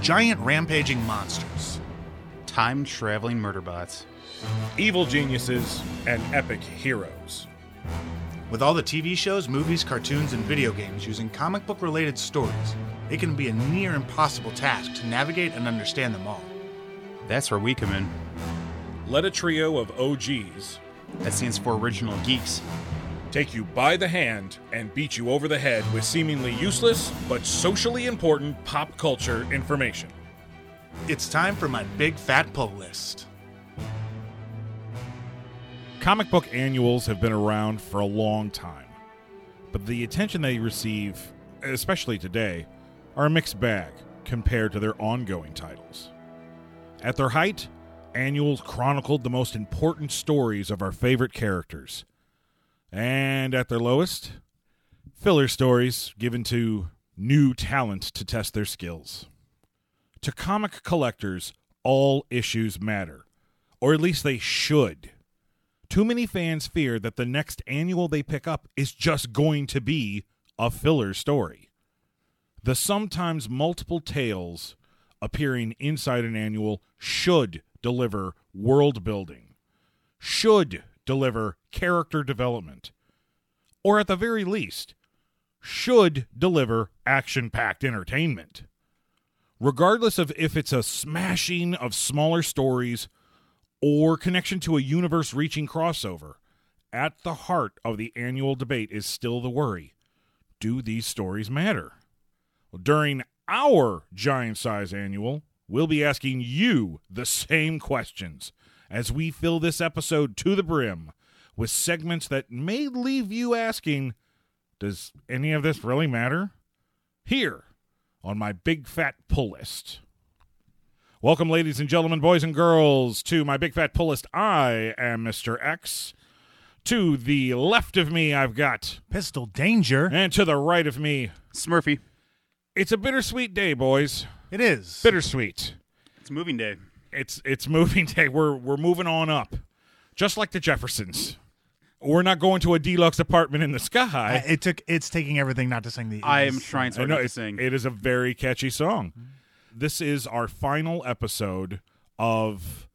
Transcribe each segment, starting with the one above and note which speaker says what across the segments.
Speaker 1: giant rampaging monsters.
Speaker 2: Time traveling murder bots.
Speaker 3: evil geniuses, and epic heroes.
Speaker 1: With all the TV shows, movies, cartoons, and video games using comic book related stories, it can be a near impossible task to navigate and understand them all.
Speaker 2: That's where we come in.
Speaker 3: Let a trio of OGs
Speaker 2: That stands for Original Geeks.
Speaker 3: take you by the hand and beat you over the head with seemingly useless but socially important pop culture information.
Speaker 1: It's time for my big fat pull list.
Speaker 4: Comic book annuals have been around for a long time, but the attention they receive, especially today, are a mixed bag compared to their ongoing titles. At their height, annuals chronicled the most important stories of our favorite characters. And at their lowest, filler stories given to new talent to test their skills. To comic collectors, all issues matter, or at least they should. Too many fans fear that the next annual they pick up is just going to be a filler story. The sometimes multiple tales appearing inside an annual should deliver world building, should deliver character development, or at the very least, should deliver action packed entertainment. Regardless of if it's a smashing of smaller stories or connection to a universe reaching crossover, at the heart of the annual debate is still the worry do these stories matter? Well, during our giant size annual, we'll be asking you the same questions as we fill this episode to the brim with segments that may leave you asking does any of this really matter? Here on my big fat pull list. Welcome, ladies and gentlemen, boys and girls, to my big fat pull list. I am Mr. X. To the left of me, I've got,
Speaker 1: Pistol danger?
Speaker 4: and to the right of me,
Speaker 2: Smurfy.
Speaker 4: it's a bittersweet day, boys.
Speaker 1: It is.
Speaker 4: Bittersweet.
Speaker 2: It's moving day.
Speaker 4: It's it's moving day. We're we're moving on up, just like the Jeffersons. We're not going to a deluxe apartment in the
Speaker 1: I-
Speaker 4: sky.
Speaker 1: it took. It's taking everything not to sing the.
Speaker 2: I
Speaker 1: is.
Speaker 2: am trying
Speaker 4: I
Speaker 2: so
Speaker 4: know,
Speaker 2: hard to
Speaker 4: it's-
Speaker 2: sing.
Speaker 4: It is a very catchy song. This is our final episode of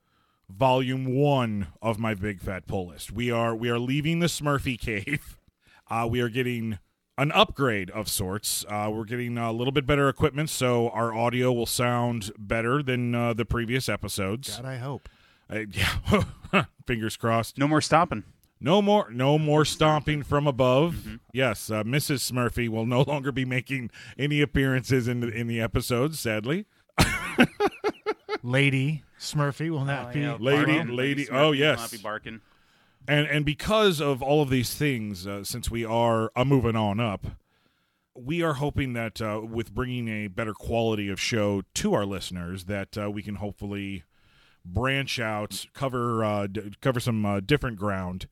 Speaker 4: volume one of my big fat pull list. We are we are leaving the Smurfy cave. Uh, we are getting an upgrade of sorts. Uh, we're getting a little bit better equipment, so our audio will sound better than uh, the previous episodes.
Speaker 1: God, I hope.
Speaker 4: Uh, yeah, fingers crossed.
Speaker 2: no more stopping.
Speaker 4: No more, no more stomping from above. Yes, uh, Mrs. Smurfy will no longer be making any appearances in the, in the episodes. Sadly,
Speaker 1: Lady Smurfy will not be.
Speaker 4: Oh, Lady-
Speaker 2: Barking.
Speaker 4: lady-
Speaker 2: Smurfy
Speaker 4: oh,
Speaker 2: will
Speaker 4: yes.
Speaker 2: not be barking.
Speaker 4: and and because of all of these things, uh, since we are uh, moving on up, we are hoping that uh, with bringing a better quality of show to our listeners, that uh, we can hopefully branch out, cover uh, d- cover some uh, different ground,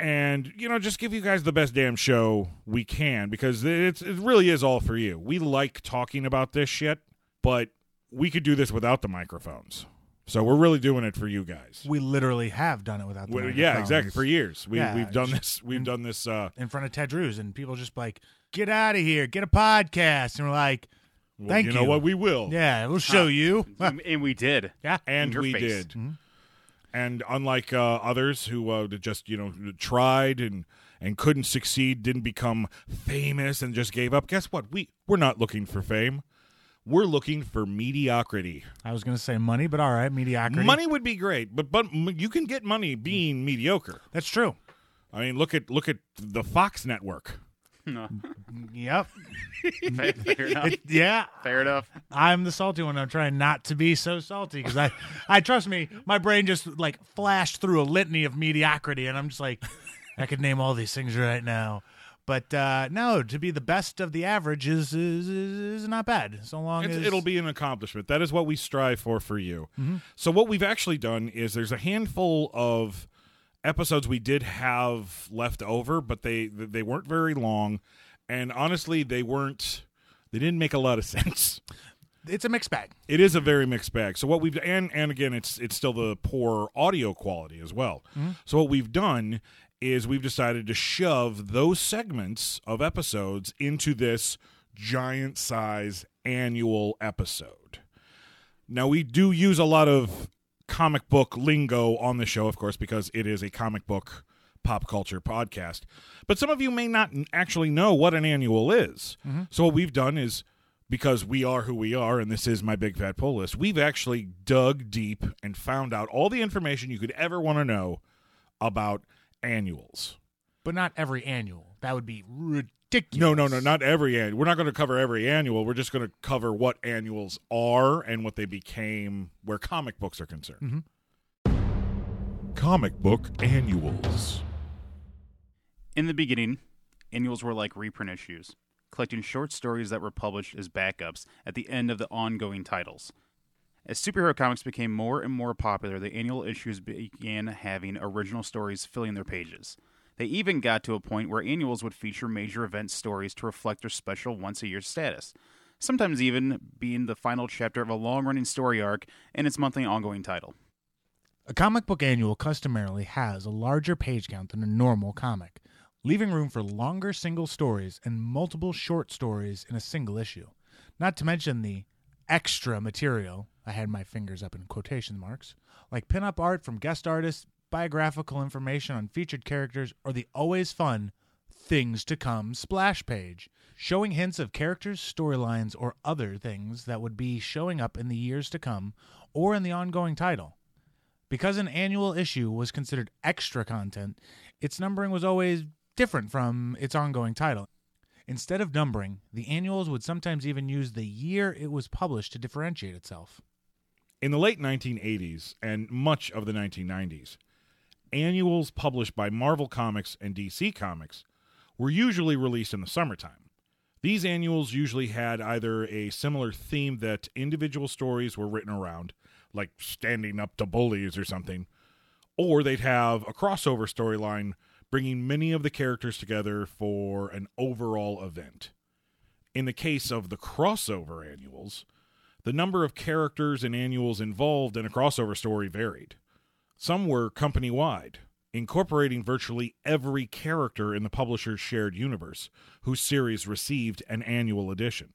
Speaker 4: and you know just give you guys the best damn show we can because it's it really is all for you. We like talking about this shit, but we could do this without the microphones. So we're really doing it for you guys.
Speaker 1: We literally have done it without. The
Speaker 4: Well, yeah, exactly.
Speaker 1: microphones.
Speaker 4: For years, we
Speaker 1: Yeah,
Speaker 4: we've done
Speaker 1: just-
Speaker 4: this. We've done this. Uh,
Speaker 1: in front of Ted Drew's, and people just like, get out of here, get a podcast, and we're like,
Speaker 4: well,
Speaker 1: Thank
Speaker 4: you know
Speaker 1: you.
Speaker 4: what? We will.
Speaker 1: yeah, we'll show you.
Speaker 2: and and we did.
Speaker 1: yeah, Mm-hmm.
Speaker 4: and
Speaker 2: In your
Speaker 4: we
Speaker 2: face.
Speaker 4: did. And unlike uh, others who uh, just you know tried and and couldn't succeed, didn't become famous, and just gave up. Guess what? We we're not looking for fame. We're looking for mediocrity.
Speaker 1: I was gonna say money, but all right, mediocrity.
Speaker 4: Money would be great, but but m- you can get money
Speaker 1: Mm.
Speaker 4: being mediocre.
Speaker 1: That's true.
Speaker 4: I mean, look at look at the Fox network.
Speaker 2: No.
Speaker 1: Yep.
Speaker 2: fair, fair enough.
Speaker 1: It- yeah,
Speaker 2: Fair enough.
Speaker 1: I'm the salty one. I'm trying not to be so salty because I, I trust me, my brain just like flashed through a litany of mediocrity, and I'm just like, I could name all these things right now. But uh, no, to be the best of the average is is, is, is not bad. So long
Speaker 4: It's,
Speaker 1: as Mm-hmm.
Speaker 4: it'll be an accomplishment. That is what we strive for for you. So what we've actually done is there's a handful of episodes we did have left over, but they they weren't very long, and honestly, they weren't. They didn't make a lot of sense.
Speaker 1: it's a mixed bag.
Speaker 4: It is a very mixed bag. So what we've and and again, it's it's still the poor audio quality as well.
Speaker 1: Mm-hmm.
Speaker 4: So what we've done is we've decided to shove those segments of episodes into this giant size annual episode. Now, we do use a lot of comic book lingo on the show, of course, because it is a comic book pop culture podcast. But some of you may not n- actually know what an annual is. So, what we've done is because we are who we are, and this is my big fat poll list, we've actually dug deep and found out all the information you could ever want to know about annuals.
Speaker 1: but not every annual. That would be ridiculous.
Speaker 4: No, no, no, not every annual. We're not going to cover every annual. We're just going to cover what annuals are and what they became where comic books are concerned. Comic book annuals.
Speaker 2: In the beginning, annuals were like reprint issues, collecting short stories that were published as backups at the end of the ongoing titles. As superhero comics became more and more popular, the annual issues began having original stories filling their pages. They even got to a point where annuals would feature major event stories to reflect their special once a year status, sometimes even being the final chapter of a long running story arc and its monthly ongoing title.
Speaker 1: A comic book annual customarily has a larger page count than a normal comic, leaving room for longer single stories and multiple short stories in a single issue. Not to mention the extra material, I had my fingers up in quotation marks, like pinup art from guest artists, biographical information on featured characters, or the always fun Things to Come splash page, showing hints of characters, storylines, or other things that would be showing up in the years to come or in the ongoing title. Because an annual issue was considered extra content, its numbering was always different from its ongoing title. Instead of numbering, the annuals would sometimes even use the year it was published to differentiate itself.
Speaker 4: In the late 1980s and much of the 1990s, annuals published by Marvel Comics and DC Comics were usually released in the summertime. These annuals usually had either a similar theme that individual stories were written around, like standing up to bullies or something, or they'd have a crossover storyline bringing many of the characters together for an overall event. In the case of the crossover annuals, the number of characters and annuals involved in a crossover story varied. Some were company wide, incorporating virtually every character in the publisher's shared universe whose series received an annual edition.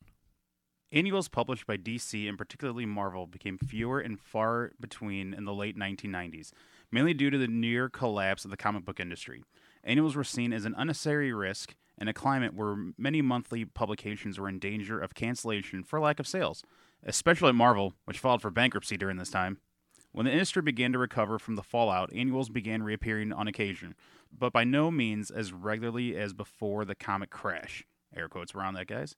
Speaker 2: Annuals published by DC and particularly Marvel became fewer and far between in the late 1990s, mainly due to the near collapse of the comic book industry. Annuals were seen as an unnecessary risk in a climate where many monthly publications were in danger of cancellation for lack of sales, especially Marvel, which filed for bankruptcy during this time. When the industry began to recover from the fallout, annuals began reappearing on occasion, but by no means as regularly as before the comic crash. Air quotes around that, guys.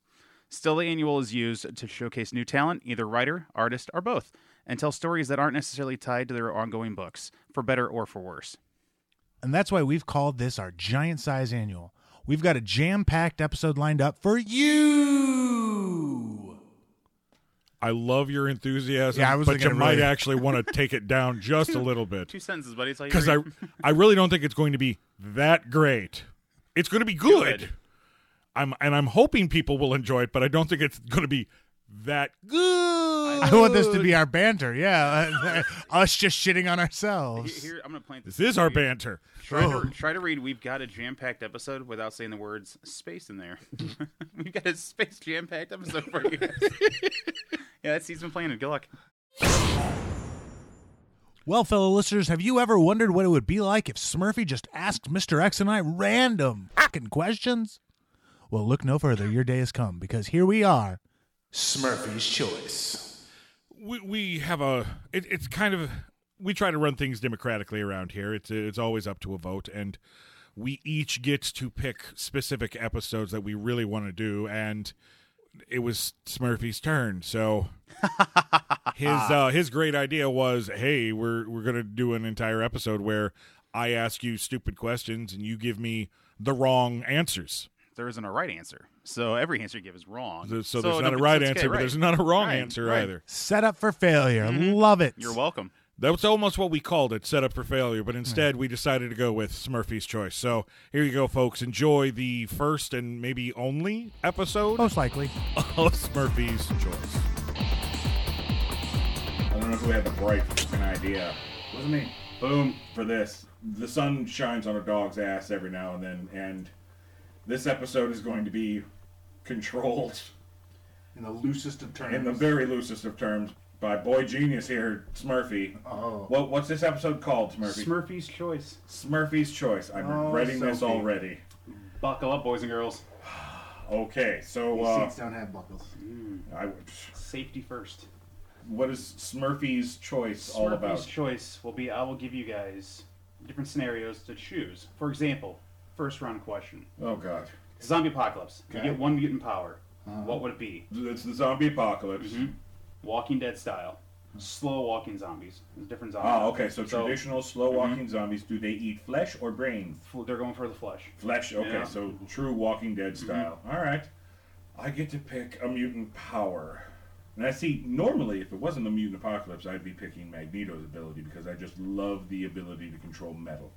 Speaker 2: Still, the annual is used to showcase new talent, either writer, artist, or both, and tell stories that aren't necessarily tied to their ongoing books, for better or for worse.
Speaker 1: And that's why we've called this our giant size annual. We've got a jam packed episode lined up for you.
Speaker 4: I love your enthusiasm,
Speaker 1: Yeah, I was
Speaker 4: but you
Speaker 1: gonna
Speaker 4: might
Speaker 1: really-
Speaker 4: actually want to take it down just a little bit
Speaker 2: Two sentences, buddy. It's all you
Speaker 4: because I,
Speaker 2: read.
Speaker 4: I really don't think it's going to be that great. It's going to be good.
Speaker 2: Good.
Speaker 4: I'm and I'm hoping people will enjoy it, but I don't think it's going to be that good.
Speaker 1: I want this to be our banter. Yeah. Us just shitting on ourselves.
Speaker 2: Here, I'm gonna plant
Speaker 4: This is our
Speaker 2: for you.
Speaker 4: banter.
Speaker 2: Try, to, try to read. We've got a jam-packed episode without saying the words space in there. We've got a space jam-packed episode for you. guys. yeah, that's season planted. Good luck.
Speaker 1: Well, fellow listeners, have you ever wondered what it would be like if Smurfy just asked Mr. X and I random fucking questions? Well, look no further. Your day has come because here we are. Smurfy's Choice.
Speaker 4: we we have a it, it's kind of we try to run things democratically around here. It's it's always up to a vote, and we each get to pick specific episodes that we really want to do. And it was Smurfy's turn, so his uh, his great idea was, hey, we're we're gonna do an entire episode where I ask you stupid questions and you give me the wrong answers.
Speaker 2: There isn't a right answer, so every answer you give is wrong.
Speaker 4: So, there's not
Speaker 2: no-
Speaker 4: a right
Speaker 2: it's okay,
Speaker 4: answer, but
Speaker 2: right.
Speaker 4: there's not a wrong
Speaker 2: Right,
Speaker 4: answer
Speaker 2: right.
Speaker 4: either.
Speaker 1: Set up for failure. Love it.
Speaker 2: You're welcome.
Speaker 4: That's almost what we called it, set up for failure, but instead we decided to go with Smurfy's Choice. So here you go, folks. Enjoy the first and maybe only episode
Speaker 1: Most likely.
Speaker 4: of Smurfy's Choice. I don't know who had the bright fucking idea. Wasn't me. Boom for this. The sun shines on a dog's ass every now and then, and this episode is going to be controlled
Speaker 1: In the loosest of terms.
Speaker 4: in the very loosest of terms. by boy genius here, Smurfy.
Speaker 1: Oh.
Speaker 4: What, what's this episode called, Smurfy?
Speaker 2: Smurfy's Choice.
Speaker 4: Smurfy's Choice. I'm
Speaker 1: Oh,
Speaker 4: regretting this
Speaker 1: Sophie.
Speaker 4: already.
Speaker 2: Buckle up, boys and girls.
Speaker 4: Okay, so
Speaker 1: These
Speaker 4: uh,
Speaker 1: seats don't have buckles.
Speaker 4: I,
Speaker 2: Safety first.
Speaker 4: what is Smurfy's Choice
Speaker 2: Smurfy's
Speaker 4: all about?
Speaker 2: Choice will be I will give you guys different scenarios to choose. For example, first round question.
Speaker 4: Oh God,
Speaker 2: Zombie apocalypse.
Speaker 1: Okay. Uh-huh.
Speaker 2: You get one mutant power. What would it be?
Speaker 4: it's the zombie apocalypse.
Speaker 2: Mhm. Walking Dead style. Slow walking zombies. There's different zombies.
Speaker 1: Oh,
Speaker 4: Ah, okay. So, traditional slow walking zombies. Do they eat flesh or brains?
Speaker 2: f- They're going for the flesh.
Speaker 4: Flesh. Okay,
Speaker 2: Yeah.
Speaker 4: so true Walking Dead style. All right. I get to pick a mutant power. And I see, normally, if it wasn't the mutant apocalypse, I'd be picking Magneto's ability because I just love the ability to control metal.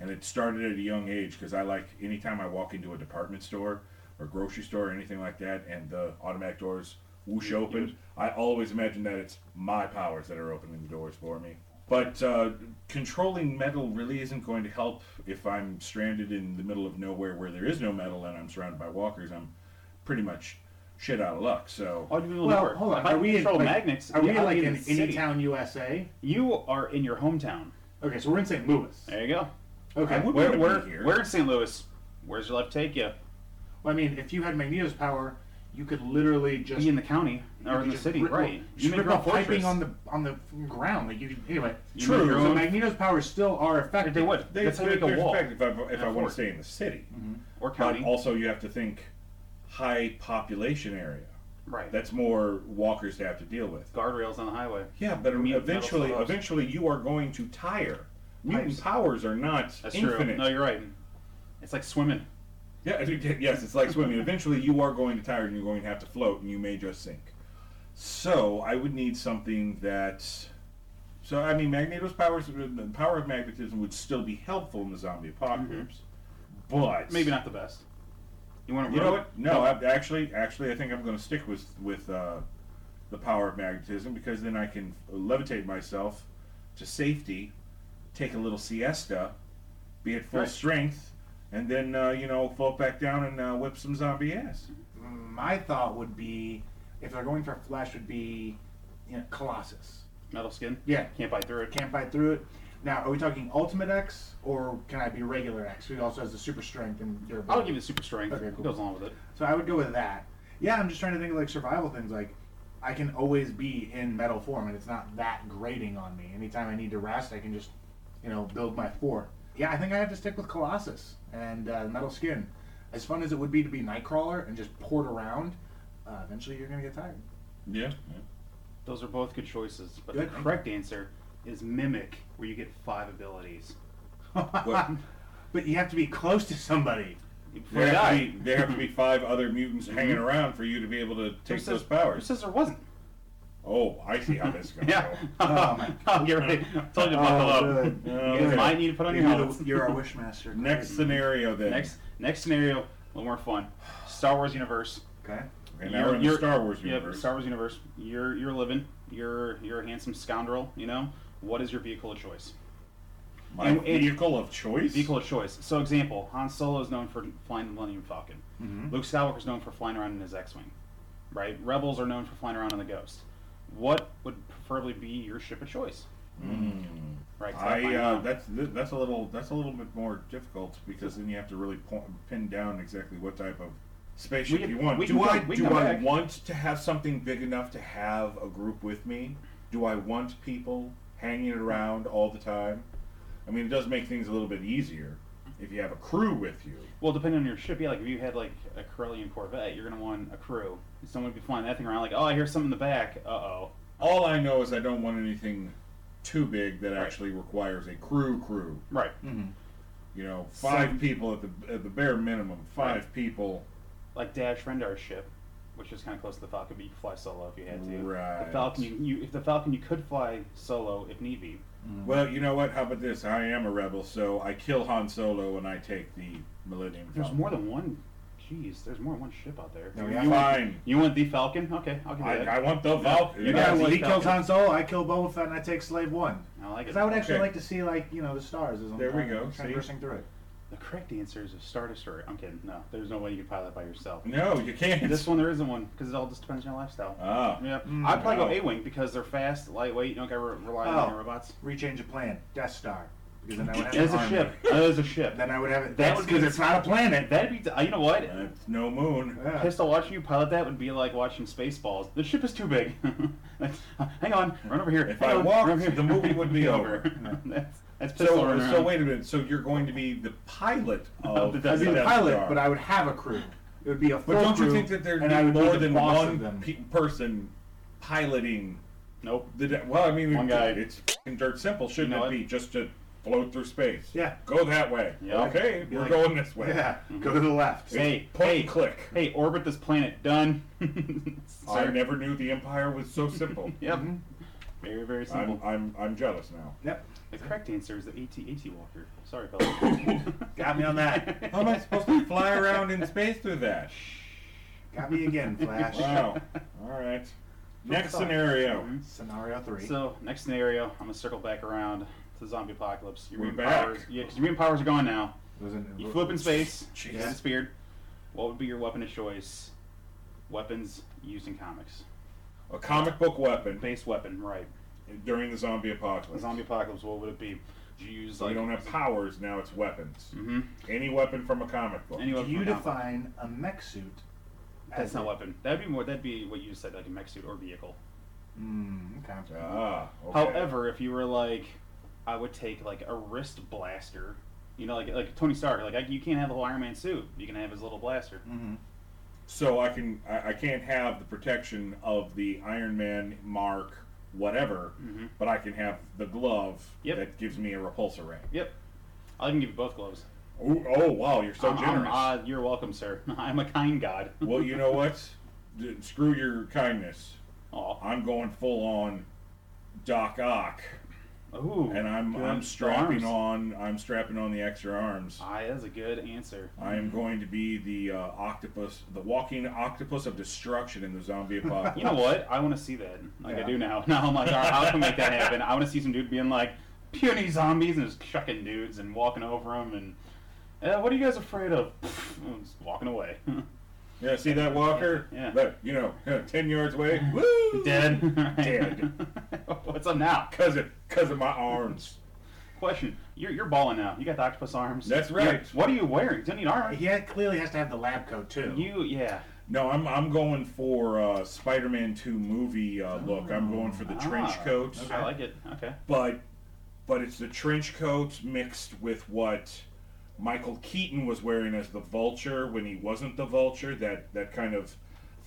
Speaker 4: And it started at a young age because I like anytime I walk into a department store or grocery store or anything like that and the automatic doors whoosh open, I always imagine that it's my powers that are opening the doors for me. But uh, controlling metal really isn't going to help if I'm stranded in the middle of nowhere where there is no metal and I'm surrounded by walkers. I'm pretty much shit out of luck. So
Speaker 2: Oh, you
Speaker 1: Well, hold on.
Speaker 2: If I
Speaker 1: Are we in
Speaker 2: control
Speaker 1: like,
Speaker 2: magnets?
Speaker 1: Are we
Speaker 2: yeah, I'd
Speaker 1: like
Speaker 2: be
Speaker 1: in
Speaker 2: the
Speaker 1: any
Speaker 2: city.
Speaker 1: town USA?
Speaker 2: You are in your hometown.
Speaker 1: Okay, so we're in St. Louis.
Speaker 2: There you go.
Speaker 1: Okay.
Speaker 4: I would-
Speaker 2: We're,
Speaker 4: wanna
Speaker 2: we're,
Speaker 4: be here.
Speaker 2: we're in St. Louis. Where's your life take you?
Speaker 1: Well, I mean, if you had Magneto's power, you could literally just
Speaker 2: Be in the county
Speaker 1: you
Speaker 2: or
Speaker 1: could
Speaker 2: in the
Speaker 1: just
Speaker 2: city,
Speaker 1: rip-
Speaker 2: right?
Speaker 1: Just
Speaker 2: make
Speaker 1: rip
Speaker 2: your own
Speaker 1: off piping
Speaker 2: fortress.
Speaker 1: on the on the ground. Like you could, anyway.
Speaker 2: You make your
Speaker 1: So
Speaker 2: own-
Speaker 1: Magneto's powers still are effective.
Speaker 2: They would.
Speaker 4: they,
Speaker 2: That's how you make
Speaker 4: there's
Speaker 2: a wall Mm-hmm.
Speaker 4: fact if I, if
Speaker 2: and a
Speaker 4: I want
Speaker 2: fort.
Speaker 4: to stay in the city.
Speaker 2: or
Speaker 4: But
Speaker 2: county.
Speaker 4: also, you have to think high population area.
Speaker 2: Right.
Speaker 4: That's more walkers to have to deal with.
Speaker 2: guardrails on the highway.
Speaker 4: Yeah, but
Speaker 2: mean,
Speaker 4: eventually,
Speaker 2: metal slabs.
Speaker 4: eventually, you are going to tire. Mutant
Speaker 2: Pipes.
Speaker 4: powers are not
Speaker 2: That's true.
Speaker 4: infinite.
Speaker 2: No, you're right. It's like swimming.
Speaker 4: Yeah, I do- yes, it's like swimming. Eventually, you are going to tire, and you're going to have to float, and you may just sink. So, I would need something that. So, I mean, Magneto's powers, uh, the power of magnetism, would still be helpful in the zombie apocalypse, but
Speaker 2: Mm-hmm. Maybe not the best. You want to
Speaker 4: You know what? No, I, actually, actually, I think I'm going to stick with with uh, the power of magnetism because then I can levitate myself to safety, take a little siesta, be at full
Speaker 2: Right.
Speaker 4: strength, and then uh, you know float back down and uh, whip some zombie ass.
Speaker 1: My thought would be, if they're going for flesh, would be, you know, Colossus.
Speaker 2: Metal skin.
Speaker 1: Yeah.
Speaker 2: Can't bite through it.
Speaker 1: Can't fight through it. Now, are we talking Ultimate X or can I be regular X, who also has the super strength and durability?
Speaker 2: I'll give you the super strength.
Speaker 1: Okay,
Speaker 2: It
Speaker 1: cool.
Speaker 2: goes along with it.
Speaker 1: So I would go with that. Yeah, I'm just trying to think of like survival things. Like I can always be in metal form, and it's not that grating on me. Anytime I need to rest, I can just you know build my fort. Yeah, I think I have to stick with Colossus and uh, metal skin. As fun as it would be to be Nightcrawler and just port around, uh, eventually you're gonna get tired.
Speaker 4: Yeah.
Speaker 2: Those are both good choices, but
Speaker 1: Good.
Speaker 2: the correct answer is mimic, where you get five abilities.
Speaker 1: But you have to be close to somebody.
Speaker 2: Before
Speaker 4: There
Speaker 2: you
Speaker 4: have,
Speaker 2: die.
Speaker 4: to be, there have to be five other mutants hanging around for you to be able to
Speaker 2: Who
Speaker 4: take
Speaker 2: says-
Speaker 4: those
Speaker 2: Who
Speaker 4: powers.
Speaker 2: says there wasn't?
Speaker 4: Oh, I see how this is going to
Speaker 2: Yeah.
Speaker 4: go.
Speaker 1: Oh, my
Speaker 2: I'll get ready. told you to buckle up.
Speaker 1: good.
Speaker 4: Oh,
Speaker 2: You
Speaker 4: okay.
Speaker 2: might need to put on your
Speaker 1: You're,
Speaker 2: helmet.
Speaker 1: the, you're our wishmaster.
Speaker 4: Next scenario, then.
Speaker 2: Next, next scenario, a little more fun. Star Wars universe.
Speaker 1: Okay.
Speaker 4: And now we're in the Star Wars
Speaker 2: yeah,
Speaker 4: universe.
Speaker 2: Star Wars universe. You're you're living. You're you're a handsome scoundrel. You know what is your vehicle of choice?
Speaker 4: My
Speaker 2: and- and-
Speaker 4: vehicle of choice.
Speaker 2: Vehicle of choice. So example, Han Solo is known for flying the Millennium Falcon.
Speaker 4: Mm-hmm.
Speaker 2: Luke Skywalker is known for flying around in his X-wing. Right. Rebels are known for flying around in the Ghost. What would preferably be your ship of choice? Right. 'cause
Speaker 4: Mm. I
Speaker 2: find
Speaker 4: uh,
Speaker 2: out.
Speaker 4: that's th- that's a little that's a little bit more difficult because then you have to really po- pin down exactly what type of spaceship
Speaker 2: We can-
Speaker 4: you want.
Speaker 2: we
Speaker 4: Do
Speaker 2: can
Speaker 4: I
Speaker 2: go- we
Speaker 4: do
Speaker 2: can go
Speaker 4: I
Speaker 2: back.
Speaker 4: want to have something big enough to have a group with me? Do I want people hanging around all the time? I mean, it does make things a little bit easier if you have a crew with you.
Speaker 2: Well, depending on your ship, yeah. Like if you had like a Corellian Corvette, you're gonna want a crew. Someone would be flying that thing around. Like, oh, I hear something in the back. Uh oh.
Speaker 4: All I know is I don't want anything too big that
Speaker 2: Right.
Speaker 4: actually requires a crew crew.
Speaker 2: Right.
Speaker 4: You know, five
Speaker 2: Seven-
Speaker 4: people at the at the bare minimum, five people.
Speaker 2: like Dash Rendar's ship, which is kind of close to the Falcon, but you could fly solo if you had to.
Speaker 4: Right.
Speaker 2: The Falcon, you, you if the Falcon, you could fly solo if need be.
Speaker 1: Mm-hmm.
Speaker 4: Well, you know what? How about this? I am a rebel, so I kill Han Solo and I take the Millennium
Speaker 2: There's
Speaker 4: Falcon.
Speaker 2: more than one. Jeez, there's more than one ship out there.
Speaker 1: No,
Speaker 2: you,
Speaker 1: yeah.
Speaker 2: you want,
Speaker 4: Fine.
Speaker 2: you want the Falcon? Okay, I'll give you
Speaker 4: I,
Speaker 2: that.
Speaker 4: I want the Falcon.
Speaker 2: You
Speaker 1: Yeah,
Speaker 2: got
Speaker 1: well,
Speaker 2: one
Speaker 1: he kills
Speaker 2: Falcon.
Speaker 1: Han Solo, I kill Boba Fett, and I take Slave One.
Speaker 2: I like it.
Speaker 1: Because I would actually
Speaker 4: Okay.
Speaker 1: like to see, like, you know, the stars. As I'm
Speaker 4: There we
Speaker 1: trying-
Speaker 4: go, see?
Speaker 1: Traversing through it.
Speaker 2: The correct answer is a Star Destroyer. I'm kidding. No, there's no way you can pilot that by yourself.
Speaker 4: No, you can't.
Speaker 2: This one, there isn't one because it all just depends on your lifestyle.
Speaker 4: Ah.
Speaker 2: yeah, I'd probably
Speaker 4: wow.
Speaker 2: go A-wing because they're fast, lightweight. You don't gotta re- rely on
Speaker 1: Oh.
Speaker 2: your robots.
Speaker 1: Rechange the plan. Death Star. Because then I would have
Speaker 2: As
Speaker 1: an
Speaker 2: a
Speaker 1: army.
Speaker 2: ship, as a ship.
Speaker 1: Then I would have it.
Speaker 2: That
Speaker 1: That's
Speaker 2: would be
Speaker 1: because
Speaker 2: the-
Speaker 1: it's not a planet.
Speaker 2: That'd be. uh, You know what?
Speaker 4: That's no moon.
Speaker 1: Yeah.
Speaker 2: Pistol watching you pilot that would be like watching Spaceballs. The ship is too big. uh, Hang on, run over here.
Speaker 4: If
Speaker 2: Hang
Speaker 4: I
Speaker 2: on,
Speaker 4: walked,
Speaker 2: run over here.
Speaker 4: the movie would be
Speaker 2: that's, that's pistol
Speaker 4: So,
Speaker 2: running
Speaker 4: so
Speaker 2: around.
Speaker 4: wait a minute. So you're going to be the pilot of
Speaker 2: the
Speaker 4: the
Speaker 1: I'd
Speaker 2: Death
Speaker 1: be the
Speaker 4: Death
Speaker 1: pilot,
Speaker 4: Star.
Speaker 1: but I would have a crew. It would be a full
Speaker 4: But don't
Speaker 1: crew,
Speaker 4: you think that there'd
Speaker 1: and
Speaker 4: be
Speaker 1: I would
Speaker 4: more
Speaker 1: the
Speaker 4: than
Speaker 1: boss of
Speaker 4: one
Speaker 1: them.
Speaker 4: pe- person piloting
Speaker 2: Nope.
Speaker 4: the? De- well, I mean,
Speaker 2: One
Speaker 4: it-
Speaker 2: guy.
Speaker 4: It's f***ing dirt simple, shouldn't
Speaker 2: You know
Speaker 4: it be?
Speaker 2: what?
Speaker 4: Just to float through space.
Speaker 1: Yeah.
Speaker 4: Go that way.
Speaker 2: Yeah.
Speaker 4: Okay,
Speaker 1: Be
Speaker 4: we're
Speaker 1: like-
Speaker 4: going this way.
Speaker 1: Yeah, go to the left.
Speaker 2: Hey,
Speaker 4: Point
Speaker 2: hey,
Speaker 4: click.
Speaker 2: hey, orbit this planet. Done.
Speaker 4: I
Speaker 2: Sorry.
Speaker 4: never knew the Empire was so simple.
Speaker 2: Yep. Very, very simple.
Speaker 4: I'm, I'm, I'm jealous now.
Speaker 1: Yep,
Speaker 2: The correct answer is the AT AT Walker. Sorry, fella.
Speaker 1: got me on that.
Speaker 4: How am I supposed to fly around in space through that?
Speaker 1: Got me again, Flash.
Speaker 4: Wow. All right. Next scenario.
Speaker 1: Scenario three.
Speaker 2: So next scenario, I'm gonna circle back around to the zombie apocalypse. Your
Speaker 4: We're
Speaker 2: mutant
Speaker 4: back.
Speaker 2: powers, yeah, because your mutant powers are gone now.
Speaker 1: It was an-
Speaker 2: You flip in space,
Speaker 4: Jeez.
Speaker 2: you get speared. What would be your weapon of choice? Weapons used in comics.
Speaker 4: A comic book weapon
Speaker 2: Base weapon, right?
Speaker 4: during the zombie apocalypse.
Speaker 2: Zombie apocalypse. What would it be? Do you use
Speaker 4: So
Speaker 2: like?
Speaker 4: you don't have powers now; it's weapons.
Speaker 2: hmm
Speaker 4: Any weapon from a comic book.
Speaker 2: Any
Speaker 1: Do
Speaker 2: weapon
Speaker 1: you
Speaker 2: from a comic.
Speaker 1: define a mech suit?
Speaker 2: That's
Speaker 1: as
Speaker 2: not
Speaker 1: a-
Speaker 2: weapon. That'd be more. That'd be what you just said, like a mech suit or vehicle.
Speaker 1: Mm, okay.
Speaker 4: Ah. Okay.
Speaker 2: However, if you were like, I would take like a wrist blaster. You know, like like Tony Stark. Like I, you can't have the whole Iron Man suit. You can have his little blaster.
Speaker 1: hmm
Speaker 4: so I can I, I can't have the protection of the Iron Man mark, whatever,
Speaker 2: Mhm.
Speaker 4: but I can have the glove
Speaker 2: Yep.
Speaker 4: that gives me a repulsor ray.
Speaker 2: Yep. I can give you both gloves.
Speaker 4: Oh, oh wow, you're so
Speaker 2: I'm- I'm-
Speaker 4: generous.
Speaker 2: uh, you're welcome, sir. I'm a kind god.
Speaker 4: well, you know what? D- screw your kindness.
Speaker 2: Aw.
Speaker 4: I'm going full on Doc Ock,
Speaker 2: Ooh.
Speaker 4: and I'm
Speaker 2: good.
Speaker 4: I'm
Speaker 2: The
Speaker 4: strapping
Speaker 2: arms.
Speaker 4: on I'm strapping on the extra arms.
Speaker 2: Aye, that's a good answer.
Speaker 4: I am going to be the uh, octopus, the walking octopus of destruction in the zombie apocalypse.
Speaker 2: You know what? I want to see that. Like I
Speaker 1: Yeah.
Speaker 2: do now. Now I'm like, all right, how can we make that happen? I want to see some dude being like, puny zombies and just chucking dudes and walking over them and. Uh, what are you guys afraid of? And Just walking away.
Speaker 4: Yeah, see that walker?
Speaker 2: Yeah.
Speaker 4: That, you know, ten yards away. Woo!
Speaker 2: Dead.
Speaker 4: Dead.
Speaker 2: What's up now?
Speaker 4: Cause of cause of my arms.
Speaker 2: Question. You're, you're balling now. You got the octopus arms.
Speaker 4: That's
Speaker 2: You-
Speaker 4: right.
Speaker 2: what are you wearing? You don't need armor.
Speaker 1: He had- clearly has to have the lab coat too.
Speaker 2: You, yeah.
Speaker 4: No, I'm I'm going for uh, Spider-Man Two movie uh, look. I'm going for the trench
Speaker 2: Ah,
Speaker 4: coat,
Speaker 2: okay, I like it. Okay.
Speaker 4: but but it's the trench coat mixed with what Michael Keaton was wearing as the Vulture when he wasn't the Vulture. That that kind of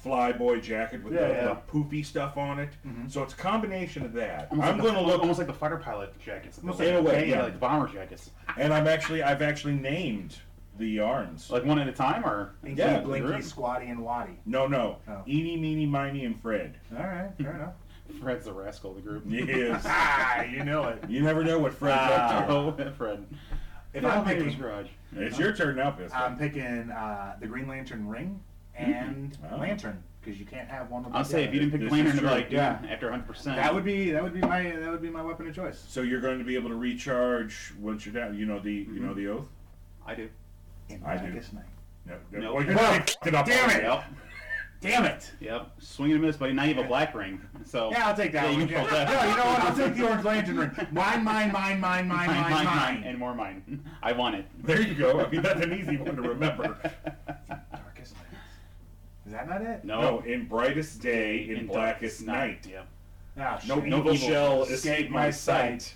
Speaker 4: flyboy jacket with
Speaker 2: Yeah,
Speaker 4: the,
Speaker 2: yeah. Mm-hmm.
Speaker 4: the poofy stuff on it. So it's a combination of that.
Speaker 2: Almost
Speaker 4: I'm
Speaker 2: like
Speaker 4: going to
Speaker 2: the,
Speaker 4: look
Speaker 2: almost like the fighter pilot jackets.
Speaker 4: Almost
Speaker 2: Like
Speaker 4: like-
Speaker 2: the-
Speaker 4: in a way, yeah.
Speaker 2: like the bomber jackets.
Speaker 4: And I'm actually, I've actually named the arms.
Speaker 2: Like one at a time, or
Speaker 1: Inky,
Speaker 4: Yeah,
Speaker 1: Blinky,
Speaker 4: they're-
Speaker 1: Squatty, and Waddy.
Speaker 4: No, no.
Speaker 1: Oh.
Speaker 4: Eeny, meeny, miny, and Fred.
Speaker 1: All right, fair enough.
Speaker 2: Fred's the rascal of the group.
Speaker 4: Yes.
Speaker 1: Ah, you know it.
Speaker 4: you never know what Fred's up to.
Speaker 2: Oh, Fred.
Speaker 1: If
Speaker 2: Yeah,
Speaker 1: I'm
Speaker 2: Fred was
Speaker 1: picking,
Speaker 2: garage.
Speaker 4: It's your turn now, Pistol.
Speaker 1: I'm picking uh, the Green Lantern ring and
Speaker 2: Mm-hmm.
Speaker 4: Oh.
Speaker 1: Lantern because you can't have one without
Speaker 2: I'll
Speaker 1: the other.
Speaker 2: say if you didn't pick the
Speaker 4: This
Speaker 2: lantern,
Speaker 4: is
Speaker 2: it'd be
Speaker 4: true.
Speaker 2: like, dude,
Speaker 1: Yeah.
Speaker 2: after 100. percent
Speaker 1: that would be that would be my that would be my weapon of choice.
Speaker 4: so you're going to be able to recharge once you're down. You know the, you know the oath.
Speaker 2: I do.
Speaker 1: In
Speaker 4: I do.
Speaker 1: Darkest Night.
Speaker 4: No, no.
Speaker 2: Nope.
Speaker 4: Well, you fucked it up.
Speaker 1: Damn it!
Speaker 2: Yep.
Speaker 1: Damn it!
Speaker 2: Yep. Swing and a miss, buddy. Now you have a black ring. So
Speaker 1: Yeah, I'll take that.
Speaker 2: Oh. Yeah, you
Speaker 1: one.
Speaker 2: can pull
Speaker 1: Yeah.
Speaker 2: that.
Speaker 1: No, you know what? I'll take the Orange Lantern ring. Mine, mine, mine, mine, mine,
Speaker 2: mine, mine,
Speaker 1: mine,
Speaker 2: mine,
Speaker 1: mine.
Speaker 2: and more mine. I want it.
Speaker 4: There you go. I mean, that's an easy one to remember.
Speaker 1: Darkest Night. Is that not it?
Speaker 2: No.
Speaker 4: No, in brightest day, in,
Speaker 2: In
Speaker 4: blackest night.
Speaker 2: Yep.
Speaker 1: Ah,
Speaker 4: No
Speaker 1: shit.
Speaker 4: evil, shall escape my sight.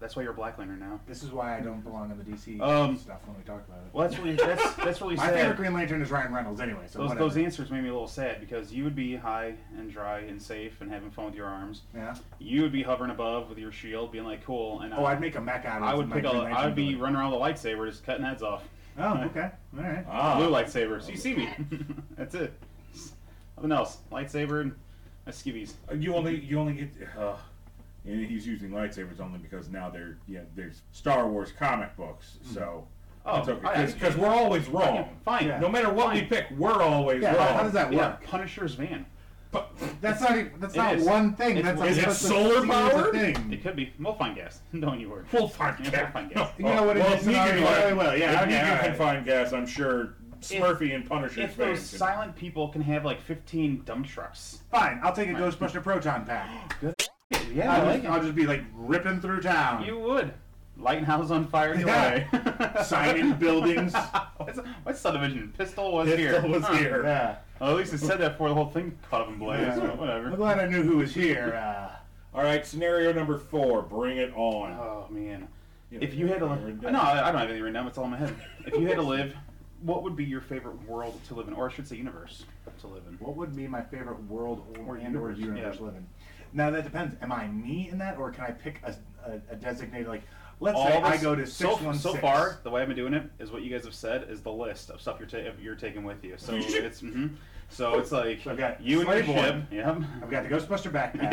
Speaker 2: That's why you're a black lantern now.
Speaker 1: This is why I don't belong in the DC
Speaker 2: Um,
Speaker 1: stuff when we talk about it.
Speaker 2: Well, that's really that's that's really
Speaker 1: My
Speaker 2: sad.
Speaker 1: favorite Green Lantern is Ryan Reynolds, anyway. So
Speaker 2: Those,
Speaker 1: whatever.
Speaker 2: those answers made me a little sad because you would be high and dry and safe and having fun with your arms.
Speaker 1: yeah.
Speaker 2: You would be hovering above with your shield, being like cool, and
Speaker 1: Oh,
Speaker 2: I,
Speaker 1: I'd make a mech out of
Speaker 2: I would
Speaker 1: my
Speaker 2: pick a,
Speaker 1: Green Lantern
Speaker 2: I would be
Speaker 1: ability.
Speaker 2: running around with a lightsaber, just cutting heads off.
Speaker 1: Oh, okay. All right.
Speaker 2: Blue
Speaker 4: Ah,
Speaker 2: lightsaber, so you see me. That's it. Nothing else. Lightsaber and my skivvies.
Speaker 4: you only, you only get. Uh, and he's using lightsabers only because now they're, yeah, there's Star Wars comic books, so.
Speaker 2: Oh,
Speaker 4: It's
Speaker 2: I- I-
Speaker 4: okay. Because we're always wrong.
Speaker 2: Fine.
Speaker 1: Oh, Yeah.
Speaker 4: No matter what we pick, we're always
Speaker 1: Yeah, how-
Speaker 4: wrong.
Speaker 1: how does that
Speaker 2: Yeah,
Speaker 1: work?
Speaker 2: Punisher's van.
Speaker 4: But
Speaker 1: That's not even, that's
Speaker 2: It
Speaker 1: not
Speaker 2: is.
Speaker 1: one thing.
Speaker 2: It's-
Speaker 1: that's a,
Speaker 2: is it
Speaker 1: that's a
Speaker 4: solar
Speaker 1: series of
Speaker 4: powered?
Speaker 1: things.
Speaker 2: It could be. We'll find gas. Don't you worry.
Speaker 4: we'll find
Speaker 2: Yeah,
Speaker 4: gas.
Speaker 2: we'll find gas.
Speaker 1: You know what?
Speaker 4: Well,
Speaker 1: it
Speaker 4: if
Speaker 1: is
Speaker 4: Negan
Speaker 1: scenario,
Speaker 4: can-
Speaker 1: really well, yeah.
Speaker 4: if
Speaker 1: okay,
Speaker 4: Negan
Speaker 1: all
Speaker 4: can
Speaker 1: right.
Speaker 4: find gas, I'm sure Smurfy and Punisher's
Speaker 2: If those
Speaker 4: fans can-
Speaker 2: silent people can have like 15 dump trucks.
Speaker 1: Fine, I'll take a Ghostbuster proton pack.
Speaker 2: Yeah,
Speaker 1: I'll, just, I'll just be like ripping through town,
Speaker 2: You would. Lighting house on fire either
Speaker 1: Yeah.
Speaker 2: way.
Speaker 1: signing buildings.
Speaker 2: what's, what's subdivision? Pistol was
Speaker 4: Pistol
Speaker 2: here.
Speaker 4: was
Speaker 2: Huh.
Speaker 4: here.
Speaker 1: yeah.
Speaker 2: Well, at least it said that before the whole thing caught up in blaze.
Speaker 1: Yeah.
Speaker 2: but
Speaker 1: I'm
Speaker 2: whatever.
Speaker 1: glad I knew who was here. Uh,
Speaker 4: All right, scenario number four. Bring it on.
Speaker 2: Oh man.
Speaker 4: Yeah,
Speaker 2: If you had to
Speaker 4: we're
Speaker 2: live,
Speaker 4: done.
Speaker 2: no, I I don't have anything written down. It's all in my head. If you had to live, what would be your favorite world to live in, or I should say, universe to live in?
Speaker 1: what would be my favorite world or,
Speaker 2: Or
Speaker 1: and or
Speaker 2: universe,
Speaker 1: universe
Speaker 2: yeah.
Speaker 1: living? Now that depends. Am I me in that, or can I pick a, a, a designated like? Let's
Speaker 2: All
Speaker 1: say
Speaker 2: this-
Speaker 1: I go to
Speaker 2: so,
Speaker 1: six one six.
Speaker 2: so far. The way I've been doing it is what you guys have said is the list of stuff you're ta- you're taking with you. So it's hmm so it's like
Speaker 1: So I've got
Speaker 2: you and your
Speaker 1: Slave
Speaker 2: ship. Yep.
Speaker 1: I've got the Ghostbuster backpack.